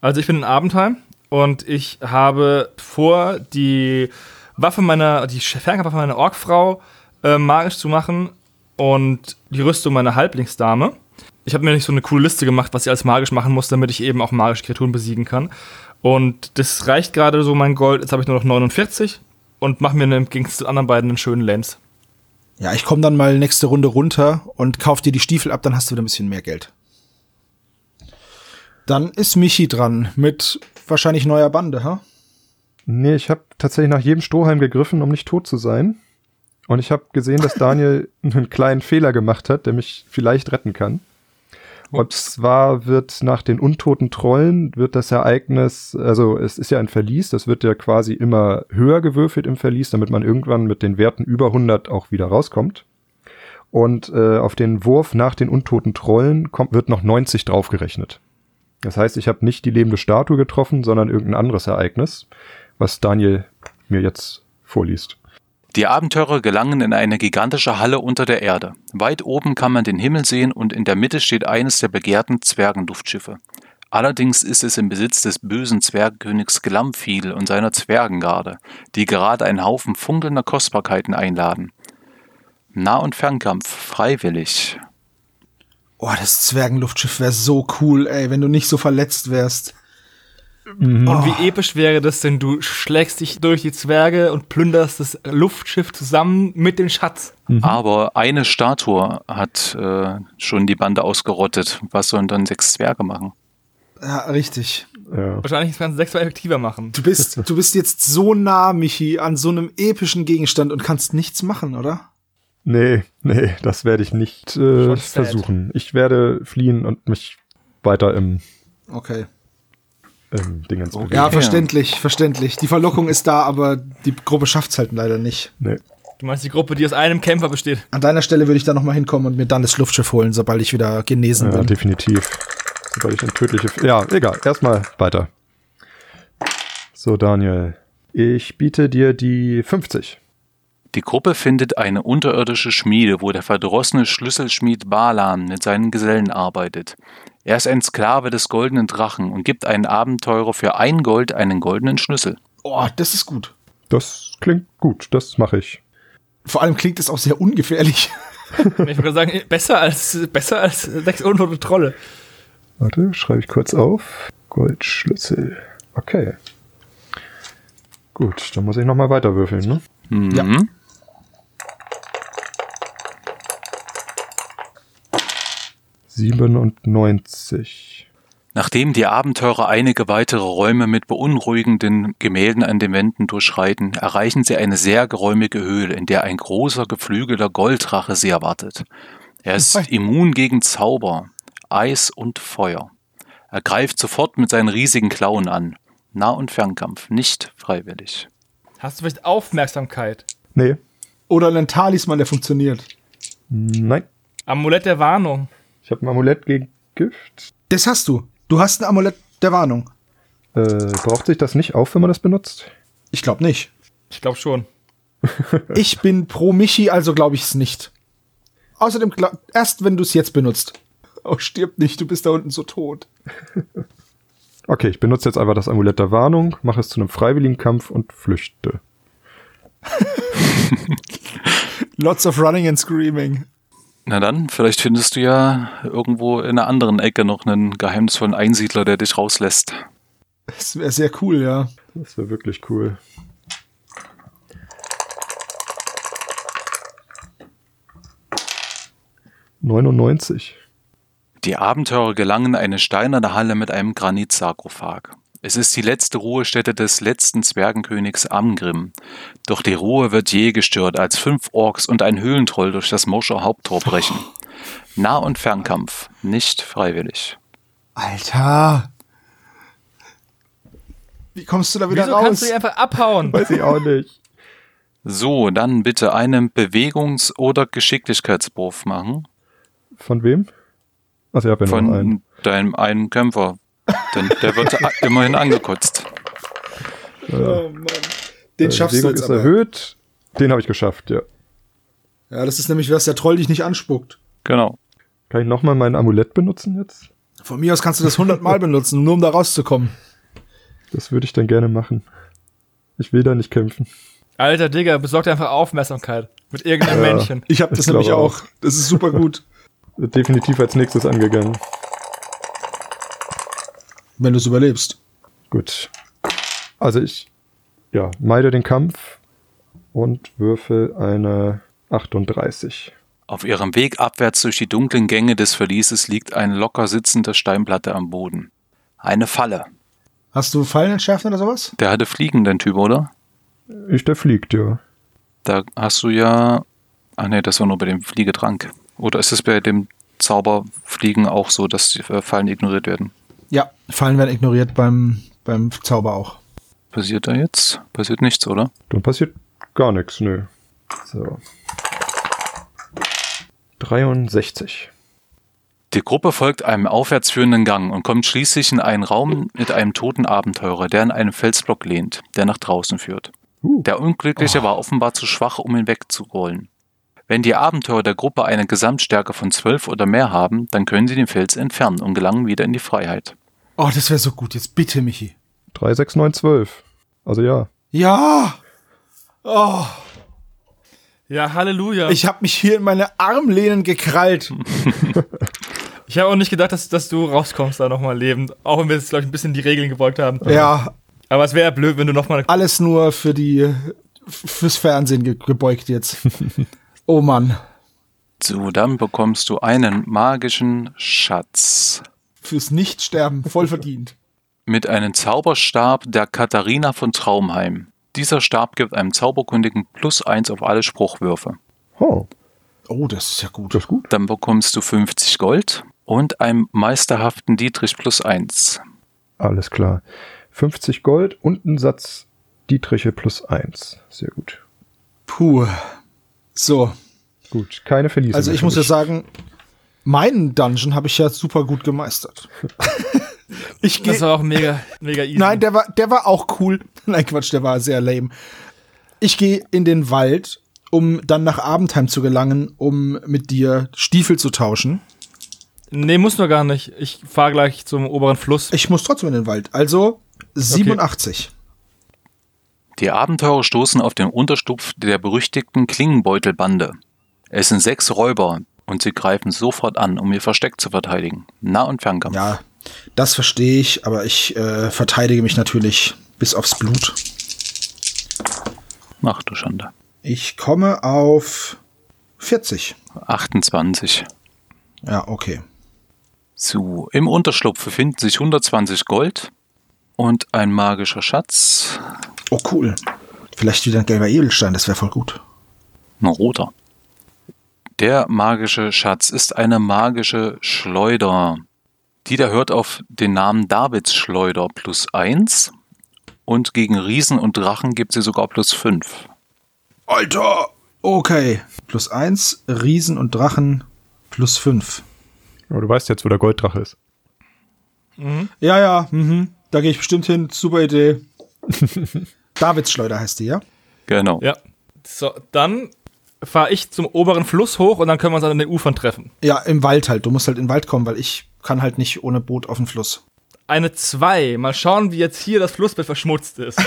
Speaker 3: Also ich bin in Abendheim und ich habe vor, die Waffe meiner, die Fernkampfwaffe meiner Orkfrau äh, magisch zu machen und die Rüstung meiner Halblingsdame. Ich habe mir nicht so eine coole Liste gemacht, was ich als magisch machen muss, damit ich eben auch magische Kreaturen besiegen kann. Und das reicht gerade so mein Gold. Jetzt habe ich nur noch 49 und mache mir im Gegensatz zu den anderen beiden einen schönen Lance.
Speaker 1: Ja, ich komme dann mal nächste Runde runter und kauf dir die Stiefel ab, dann hast du wieder ein bisschen mehr Geld. Dann ist Michi dran mit wahrscheinlich neuer Bande, ha?
Speaker 2: Nee, ich habe tatsächlich nach jedem Strohhalm gegriffen, um nicht tot zu sein. Und ich habe gesehen, dass Daniel einen kleinen Fehler gemacht hat, der mich vielleicht retten kann. Und zwar wird nach den untoten Trollen wird das Ereignis, also es ist ja ein Verlies, das wird ja quasi immer höher gewürfelt im Verlies, damit man irgendwann mit den Werten über 100 auch wieder rauskommt. Und äh, auf den Wurf nach den untoten Trollen kommt, wird noch 90 draufgerechnet. Das heißt, ich habe nicht die lebende Statue getroffen, sondern irgendein anderes Ereignis was Daniel mir jetzt vorliest.
Speaker 4: Die Abenteurer gelangen in eine gigantische Halle unter der Erde. Weit oben kann man den Himmel sehen und in der Mitte steht eines der begehrten Zwergenduftschiffe. Allerdings ist es im Besitz des bösen Zwergkönigs Glamfiel und seiner Zwergengarde, die gerade einen Haufen funkelnder Kostbarkeiten einladen. Nah- und Fernkampf, freiwillig.
Speaker 1: Oh, das Zwergenluftschiff wäre so cool, ey, wenn du nicht so verletzt wärst.
Speaker 3: Und wie episch wäre das denn? Du schlägst dich durch die Zwerge und plünderst das Luftschiff zusammen mit dem Schatz.
Speaker 4: Aber eine Statue hat äh, schon die Bande ausgerottet. Was sollen dann sechs Zwerge machen?
Speaker 1: Ja, richtig.
Speaker 2: Ja.
Speaker 3: Wahrscheinlich das Ganze sechsmal effektiver machen.
Speaker 1: Du bist, du bist jetzt so nah, Michi, an so einem epischen Gegenstand und kannst nichts machen, oder?
Speaker 2: Nee, nee, das werde ich nicht äh,
Speaker 3: Schon sad.
Speaker 2: versuchen. Ich werde fliehen und mich weiter im,
Speaker 1: Okay.
Speaker 2: im Dingens bewegen.
Speaker 1: Ja, verständlich, verständlich. Die Verlockung ist da, aber die Gruppe schafft's halt leider nicht.
Speaker 2: Nee.
Speaker 3: Du meinst die Gruppe, die aus einem Kämpfer besteht.
Speaker 1: An deiner Stelle würde ich da nochmal hinkommen und mir dann das Luftschiff holen, sobald ich wieder genesen
Speaker 2: Ja,
Speaker 1: bin.
Speaker 2: äh, definitiv. Sobald ich ein tödliche. Ja, egal. Erstmal weiter. So, Daniel. Ich biete dir die 50.
Speaker 4: Die Gruppe findet eine unterirdische Schmiede, wo der verdrossene Schlüsselschmied Balan mit seinen Gesellen arbeitet. Er ist ein Sklave des goldenen Drachen und gibt einen Abenteurer für ein Gold einen goldenen Schlüssel.
Speaker 1: Oh, das ist gut.
Speaker 2: Das klingt gut, das mache ich.
Speaker 1: Vor allem klingt es auch sehr ungefährlich.
Speaker 3: Ich würde gerade sagen, besser als, besser als sechs untote Trolle.
Speaker 2: Warte, schreibe ich kurz auf. Goldschlüssel. Okay. Gut, dann muss ich nochmal weiterwürfeln, ne?
Speaker 4: Mhm.
Speaker 1: Ja.
Speaker 2: Siebenundneunzig.
Speaker 4: Nachdem die Abenteurer einige weitere Räume mit beunruhigenden Gemälden an den Wänden durchschreiten, erreichen sie eine sehr geräumige Höhle, in der ein großer geflügelter Golddrache sie erwartet. Er ist
Speaker 1: Hoi.
Speaker 4: immun gegen Zauber, Eis und Feuer. Er greift sofort mit seinen riesigen Klauen an. Nah- und Fernkampf, nicht freiwillig.
Speaker 3: Hast du vielleicht Aufmerksamkeit?
Speaker 2: Nee.
Speaker 1: Oder einen Talisman, der funktioniert.
Speaker 2: Nein.
Speaker 3: Amulett der Warnung.
Speaker 2: Ich habe ein Amulett gegen Gift.
Speaker 1: Das hast du. Du hast ein Amulett der Warnung.
Speaker 2: Äh, braucht sich das nicht auf, wenn man das benutzt?
Speaker 1: Ich glaube nicht.
Speaker 3: Ich glaube schon.
Speaker 1: Ich bin pro Michi, also glaube ich es nicht. Außerdem, glaub, erst wenn du es jetzt benutzt. Oh, stirb nicht, du bist da unten so tot.
Speaker 2: Okay, ich benutze jetzt einfach das Amulett der Warnung, mache es zu einem freiwilligen Kampf und flüchte.
Speaker 1: Lots of running and screaming.
Speaker 4: Na dann, vielleicht findest du ja irgendwo in einer anderen Ecke noch einen geheimnisvollen Einsiedler, der dich rauslässt.
Speaker 1: Das wäre sehr cool, ja.
Speaker 2: Das wäre wirklich cool. Neunundneunzig.
Speaker 4: Die Abenteurer gelangen in eine steinerne Halle mit einem Granitsagrophag. Es ist die letzte Ruhestätte des letzten Zwergenkönigs Amgrim. Doch die Ruhe wird jäh gestört, als fünf Orks und ein Höhlentroll durch das Moscher Haupttor brechen. Nah- und Fernkampf, nicht freiwillig.
Speaker 1: Alter. Wie kommst du da wieder
Speaker 3: Wieso
Speaker 1: raus?
Speaker 3: kannst du hier einfach abhauen?
Speaker 2: Weiß ich auch nicht.
Speaker 4: So, dann bitte einen Bewegungs- oder Geschicklichkeitswurf machen
Speaker 2: Von wem? Also ich habe ja noch einen.
Speaker 4: von deinem einen Kämpfer. Denn der wird a- immerhin angekotzt.
Speaker 1: oh Mann. Den
Speaker 2: Äh,
Speaker 1: schaffst du
Speaker 2: Bewegung
Speaker 1: jetzt
Speaker 2: ist
Speaker 1: aber.
Speaker 2: erhöht. Den habe ich geschafft, ja.
Speaker 1: Ja, das ist nämlich, was der Troll dich nicht anspuckt.
Speaker 4: Genau.
Speaker 2: Kann ich nochmal mein Amulett benutzen jetzt?
Speaker 1: Von mir aus kannst du das hundertmal benutzen, nur um da rauszukommen.
Speaker 2: Das würde ich dann gerne machen. Ich will da nicht kämpfen.
Speaker 3: Alter Digga, besorg dir einfach Aufmerksamkeit. Mit irgendeinem
Speaker 2: Ja.
Speaker 3: Männchen.
Speaker 1: Ich habe das
Speaker 2: Ich
Speaker 1: nämlich
Speaker 2: glaube
Speaker 1: auch. Das ist super gut.
Speaker 2: Wird Definitiv als nächstes angegangen.
Speaker 1: wenn du es überlebst.
Speaker 2: Gut. Also ich ja, meide den Kampf und würfel eine 38.
Speaker 4: Auf ihrem Weg abwärts durch die dunklen Gänge des Verlieses liegt eine locker sitzende Steinplatte am Boden. Eine Falle.
Speaker 1: Hast du Fallen entschärft oder sowas?
Speaker 4: Der hatte Fliegen, den Typ, oder?
Speaker 2: Ich, der fliegt, ja.
Speaker 4: Da hast du ja. Ach nee, das war nur bei dem Fliegetrank. Oder ist es bei dem Zauberfliegen auch so, dass die äh, Fallen ignoriert werden?
Speaker 1: Ja, Fallen werden ignoriert beim, beim Zauber auch.
Speaker 4: Passiert da jetzt? Passiert nichts, oder?
Speaker 2: Dann passiert gar nichts, nö. So. 63.
Speaker 4: Die Gruppe folgt einem aufwärts führenden Gang und kommt schließlich in einen Raum mit einem toten Abenteurer, der an einem Felsblock lehnt, der nach draußen führt.
Speaker 2: Uh.
Speaker 4: Der Unglückliche war offenbar zu schwach, um ihn wegzurollen. Wenn die Abenteurer der Gruppe eine Gesamtstärke von zwölf oder mehr haben, dann können sie den Fels entfernen und gelangen wieder in die Freiheit.
Speaker 1: Oh, das wäre so gut. Jetzt bitte, Michi.
Speaker 2: 3, 6, 9, 12. Also ja.
Speaker 1: Ja! Oh,
Speaker 3: Ja, Halleluja.
Speaker 1: ich habe mich hier in meine Armlehnen gekrallt.
Speaker 3: Ich habe auch nicht gedacht, dass, dass du rauskommst da nochmal lebend. Auch wenn wir jetzt, glaube ich, ein bisschen die Regeln gebeugt haben.
Speaker 1: Ja,
Speaker 3: Aber es wäre blöd, wenn du nochmal.
Speaker 1: alles nur für die f- fürs Fernsehen ge gebeugt jetzt. Oh Mann,
Speaker 4: So, dann bekommst du einen magischen Schatz.
Speaker 1: fürs Nichtsterben voll verdient.
Speaker 4: mit einem Zauberstab der Katharina von Traumheim. Dieser Stab gibt einem Zauberkundigen plus eins auf alle Spruchwürfe.
Speaker 2: Oh,
Speaker 1: Oh, das ist ja gut.
Speaker 2: das ist gut.
Speaker 4: Dann bekommst du 50 Gold und einem meisterhaften Dietrich plus eins.
Speaker 2: Alles klar. 50 Gold und ein Satz Dietriche plus 1. Sehr gut.
Speaker 1: Puh. So,
Speaker 2: Gut, keine Verliesung.
Speaker 1: also ich muss ja sagen, meinen Dungeon habe ich ja super gut gemeistert. ich gehe
Speaker 3: Das war auch mega, mega easy.
Speaker 1: Nein, der war, der war auch cool. Nein, Quatsch, der war sehr lame. Ich gehe in den Wald, um dann nach Abendheim zu gelangen, um mit dir Stiefel zu tauschen.
Speaker 3: Nee, muss nur gar nicht. Ich fahre gleich zum oberen Fluss.
Speaker 1: Ich muss trotzdem in den Wald. Also 87.
Speaker 4: Die Abenteurer stoßen auf den Unterstupf der berüchtigten Klingenbeutelbande. Es sind sechs Räuber und sie greifen sofort an, um ihr Versteck zu verteidigen. Nah- und Fernkampf.
Speaker 1: Ja, das verstehe ich, aber ich äh, verteidige mich natürlich bis aufs Blut.
Speaker 4: Ach du Schande.
Speaker 1: Ich komme auf 40.
Speaker 4: 28.
Speaker 1: Ja, okay.
Speaker 4: So, im Unterschlupf befinden sich 120 Gold und ein magischer Schatz.
Speaker 1: Oh, cool. Vielleicht wieder ein gelber Edelstein, das wäre voll gut.
Speaker 4: Ein roter. Der magische Schatz ist eine magische Schleuder. Die da hört auf den Namen Davids Schleuder plus 1 und gegen Riesen und Drachen gibt sie sogar plus 5.
Speaker 1: Alter! Okay. Plus 1, Riesen und Drachen, plus 5.
Speaker 2: Aber du weißt jetzt, wo der Golddrache ist.
Speaker 1: Ja, ja, mhm. da gehe ich bestimmt hin. Super Idee. Davids Schleuder heißt die, ja?
Speaker 4: Genau.
Speaker 3: Ja. So, dann fahre ich zum oberen Fluss hoch und dann können wir uns an den Ufern treffen.
Speaker 1: Ja, im Wald halt. Du musst halt in den Wald kommen, weil ich kann halt nicht ohne Boot auf den Fluss.
Speaker 3: Eine 2. Mal schauen, wie jetzt hier das Flussbett verschmutzt ist.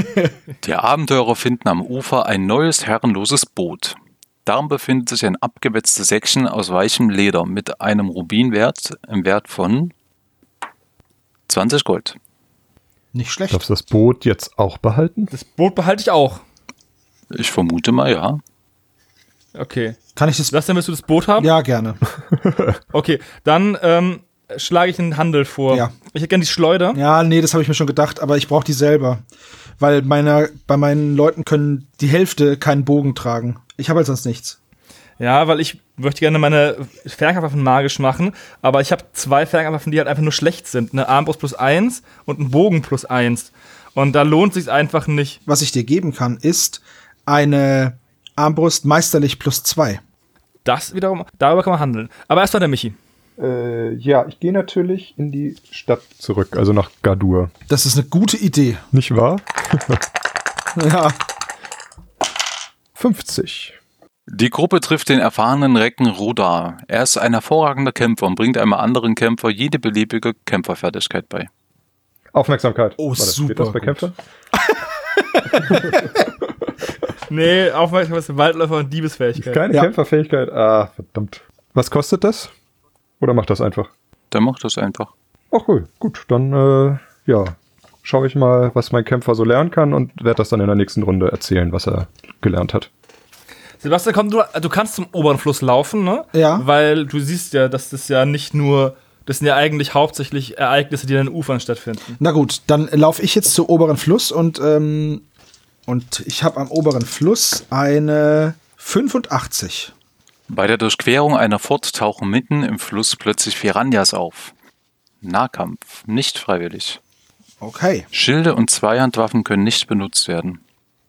Speaker 4: Die Abenteurer finden am Ufer ein neues herrenloses Boot. Darin befindet sich ein abgewetztes Säckchen aus weichem Leder mit einem Rubinwert im Wert von 20 Gold.
Speaker 1: Nicht schlecht.
Speaker 2: Darfst du das Boot jetzt auch behalten?
Speaker 3: Das Boot behalte ich auch.
Speaker 4: Ich vermute mal, ja.
Speaker 3: Okay.
Speaker 1: Kann ich das?
Speaker 3: Sebastian, willst du das Boot haben?
Speaker 1: Ja, gerne.
Speaker 3: Okay, dann ähm, schlage ich einen Handel vor.
Speaker 1: Ja.
Speaker 3: Ich hätte gerne die Schleuder.
Speaker 1: Ja, nee, das habe ich mir schon gedacht, aber ich brauche die selber. Weil meiner, bei meinen Leuten können die Hälfte keinen Bogen tragen. Ich habe halt sonst nichts.
Speaker 3: Ja, weil ich möchte gerne meine Fernkampfwaffen magisch machen, aber ich habe zwei Fernkampfwaffen, die halt einfach nur schlecht sind. Eine Armbrust plus eins und einen Bogen plus eins. Und da lohnt sich's einfach nicht.
Speaker 1: Was ich dir geben kann, ist eine Armbrust meisterlich plus zwei.
Speaker 3: Das wiederum, darüber kann man handeln. Aber erstmal der Michi.
Speaker 2: Äh, ja, ich gehe natürlich in die Stadt zurück, also nach Gadur.
Speaker 1: Das ist eine gute Idee.
Speaker 2: Nicht wahr?
Speaker 1: Ja.
Speaker 2: 50.
Speaker 4: Die Gruppe trifft den erfahrenen Recken Rudar. Er ist ein hervorragender Kämpfer und bringt einem anderen Kämpfer jede beliebige Kämpferfertigkeit bei.
Speaker 2: Aufmerksamkeit.
Speaker 1: Oh, super
Speaker 2: Geht das bei
Speaker 1: gut.
Speaker 2: Kämpfer?
Speaker 3: Nee, Aufmerksamkeit ist Waldläufer und Diebesfähigkeit.
Speaker 2: Keine
Speaker 1: Ja.
Speaker 2: Kämpferfähigkeit. Ah, verdammt. Was kostet das? Oder macht das einfach?
Speaker 4: Der macht das einfach.
Speaker 2: Ach cool, gut, dann äh, ja, schaue ich mal, was mein Kämpfer so lernen kann und werde das dann in der nächsten Runde erzählen, was er gelernt hat.
Speaker 3: Sebastian, komm, du, du kannst zum oberen Fluss laufen, ne?
Speaker 1: Ja.
Speaker 3: Weil du siehst ja, dass das ja nicht nur, das sind ja eigentlich hauptsächlich Ereignisse, die an den Ufern stattfinden.
Speaker 1: Na gut, dann laufe ich jetzt zum oberen Fluss und, ähm, und ich habe am oberen Fluss eine 85.
Speaker 4: Bei der Durchquerung einer Furt tauchen mitten im Fluss plötzlich Piranhas auf. Nahkampf, nicht freiwillig.
Speaker 1: Okay.
Speaker 4: Schilde und Zweihandwaffen können nicht benutzt werden.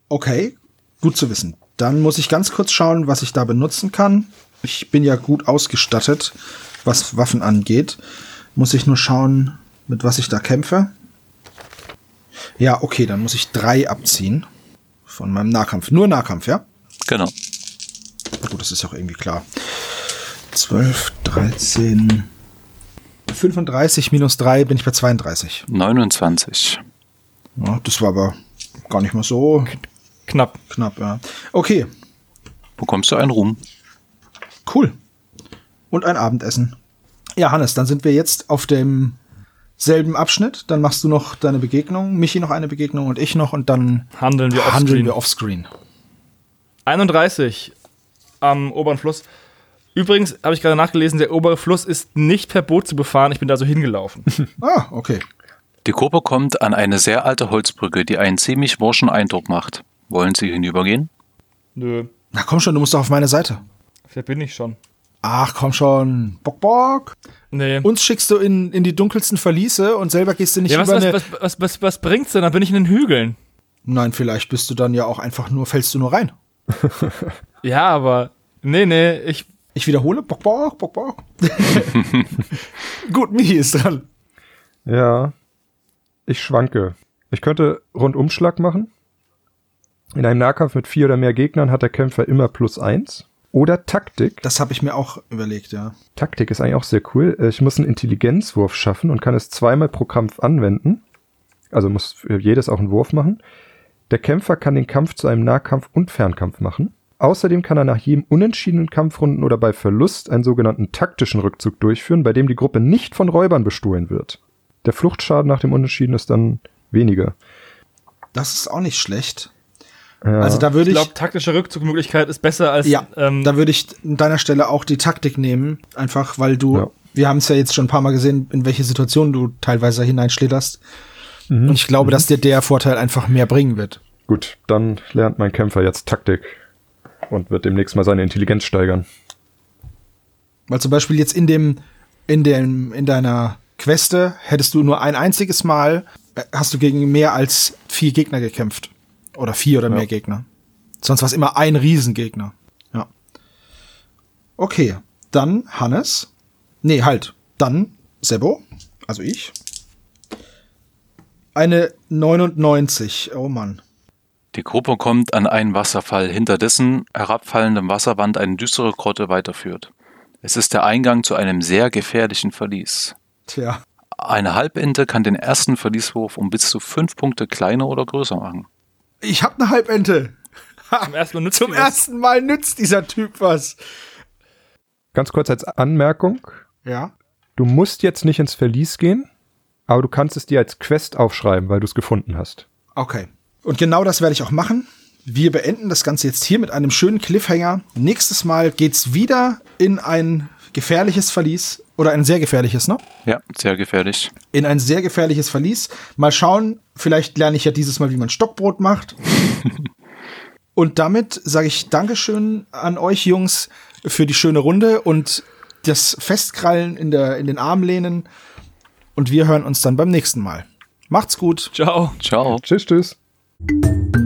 Speaker 1: Okay, gut zu wissen. Dann muss ich ganz kurz schauen, was ich da benutzen kann. Ich bin ja gut ausgestattet, was Waffen angeht. Muss ich nur schauen, mit was ich da kämpfe. Ja, okay, dann muss ich drei abziehen von meinem Nahkampf. Nur Nahkampf, ja?
Speaker 4: Genau.
Speaker 1: Gut, das ist ja auch irgendwie klar. 12, 13, 35 minus 3 bin ich bei 32.
Speaker 4: 29.
Speaker 1: Ja, das war aber gar nicht mal so
Speaker 3: Knapp.
Speaker 1: knapp, ja. Okay,
Speaker 4: Bekommst du einen Ruhm?
Speaker 1: Cool. Und ein Abendessen. Ja, Hannes, dann sind wir jetzt auf dem selben Abschnitt. Dann machst du noch deine Begegnung, Michi noch eine Begegnung und ich noch und dann
Speaker 3: Handeln wir
Speaker 1: handeln
Speaker 3: offscreen.
Speaker 1: wir offscreen.
Speaker 3: 31 am oberen Fluss. Übrigens habe ich gerade nachgelesen, der obere Fluss ist nicht per Boot zu befahren. Ich bin da so hingelaufen.
Speaker 1: Ah, okay.
Speaker 4: Die Gruppe kommt an eine sehr alte Holzbrücke, die einen ziemlich morschen Eindruck macht. Wollen Sie hinübergehen?
Speaker 3: Nö,
Speaker 1: Na komm schon, du musst doch auf meine Seite.
Speaker 3: vielleicht bin ich schon.
Speaker 1: Ach komm schon, Bock Bock.
Speaker 3: Nee.
Speaker 1: Uns schickst du in, in die dunkelsten Verliese und selber gehst du nicht
Speaker 3: ja, was,
Speaker 1: über
Speaker 3: was,
Speaker 1: eine.
Speaker 3: was, was, was, was bringt's denn? Dann bin ich in den Hügeln.
Speaker 1: Nein, vielleicht bist du dann ja auch einfach nur, fällst du nur rein.
Speaker 3: Ja, aber. Nee, nee, ich.
Speaker 1: Ich wiederhole, Bock Bock, Bock Bock. Gut, Michi ist dran.
Speaker 2: Ja, ich schwanke. Ich könnte Rundumschlag machen. In einem Nahkampf mit vier oder mehr Gegnern hat der Kämpfer immer plus eins. Oder Taktik.
Speaker 1: Das habe ich mir auch überlegt, ja.
Speaker 2: Taktik ist eigentlich auch sehr cool. Äh, Ich muss einen Intelligenzwurf schaffen und kann es zweimal pro Kampf anwenden. Also muss für jedes auch einen Wurf machen. Der Kämpfer kann den Kampf zu einem Nahkampf und Fernkampf machen. Außerdem kann er nach jedem unentschiedenen Kampfrunden oder bei Verlust einen sogenannten taktischen Rückzug durchführen, bei dem die Gruppe nicht von Räubern bestohlen wird. Der Fluchtschaden nach dem Unentschieden ist dann weniger.
Speaker 1: Das ist auch nicht schlecht.
Speaker 2: Ja.
Speaker 1: Also da würde
Speaker 3: Ich
Speaker 1: ich,
Speaker 3: glaube, taktische Rückzugmöglichkeit ist besser als.
Speaker 1: ja,
Speaker 3: ähm,
Speaker 1: da würde ich an deiner Stelle auch die Taktik nehmen, einfach weil du,
Speaker 2: Ja.
Speaker 1: wir haben es ja jetzt schon ein paar Mal gesehen, in welche Situationen du teilweise hineinschlitterst.
Speaker 2: Mhm.
Speaker 1: Und ich glaube, dass dir der Vorteil einfach mehr bringen wird.
Speaker 2: Gut, dann lernt mein Kämpfer jetzt Taktik und wird demnächst mal seine Intelligenz steigern.
Speaker 1: Weil zum Beispiel jetzt in dem, in dem, in deiner Queste hättest du nur ein einziges Mal, äh, hast du gegen mehr als vier Gegner gekämpft. Oder vier oder mehr Gegner. Sonst war es immer ein Riesengegner. Ja. Okay, dann Hannes. Nee, halt. Dann Sebo, also ich. Eine 99. Oh Mann.
Speaker 4: Die Gruppe kommt an einen Wasserfall, hinter dessen herabfallendem Wasserwand eine düstere Grotte weiterführt. Es ist der Eingang zu einem sehr gefährlichen Verlies.
Speaker 1: Tja.
Speaker 4: Eine Halbente kann den ersten Verlieswurf um bis zu fünf Punkte kleiner oder größer machen.
Speaker 1: Ich hab eine Halbente.
Speaker 3: zum ersten Mal nützt
Speaker 1: Zum
Speaker 3: die was.
Speaker 1: ersten Mal nützt dieser Typ was.
Speaker 2: Ganz kurz als Anmerkung,
Speaker 1: Ja.
Speaker 2: du musst jetzt nicht ins Verlies gehen, aber du kannst es dir als Quest aufschreiben, weil du es gefunden hast.
Speaker 1: Okay. Und genau das werde ich auch machen. Wir beenden das Ganze jetzt hier mit einem schönen Cliffhanger. Nächstes Mal geht's wieder in ein gefährliches Verlies oder ein sehr gefährliches, ne?
Speaker 4: Ja, sehr gefährlich.
Speaker 1: In ein sehr gefährliches Verlies. Mal schauen, vielleicht lerne ich ja dieses Mal, wie man Stockbrot macht. und damit sage ich Dankeschön an euch Jungs für die schöne Runde und das Festkrallen in, der, in den Armlehnen. Und wir hören uns dann beim nächsten Mal. Macht's gut.
Speaker 3: Ciao.
Speaker 4: Ciao.
Speaker 2: Tschüss, tschüss.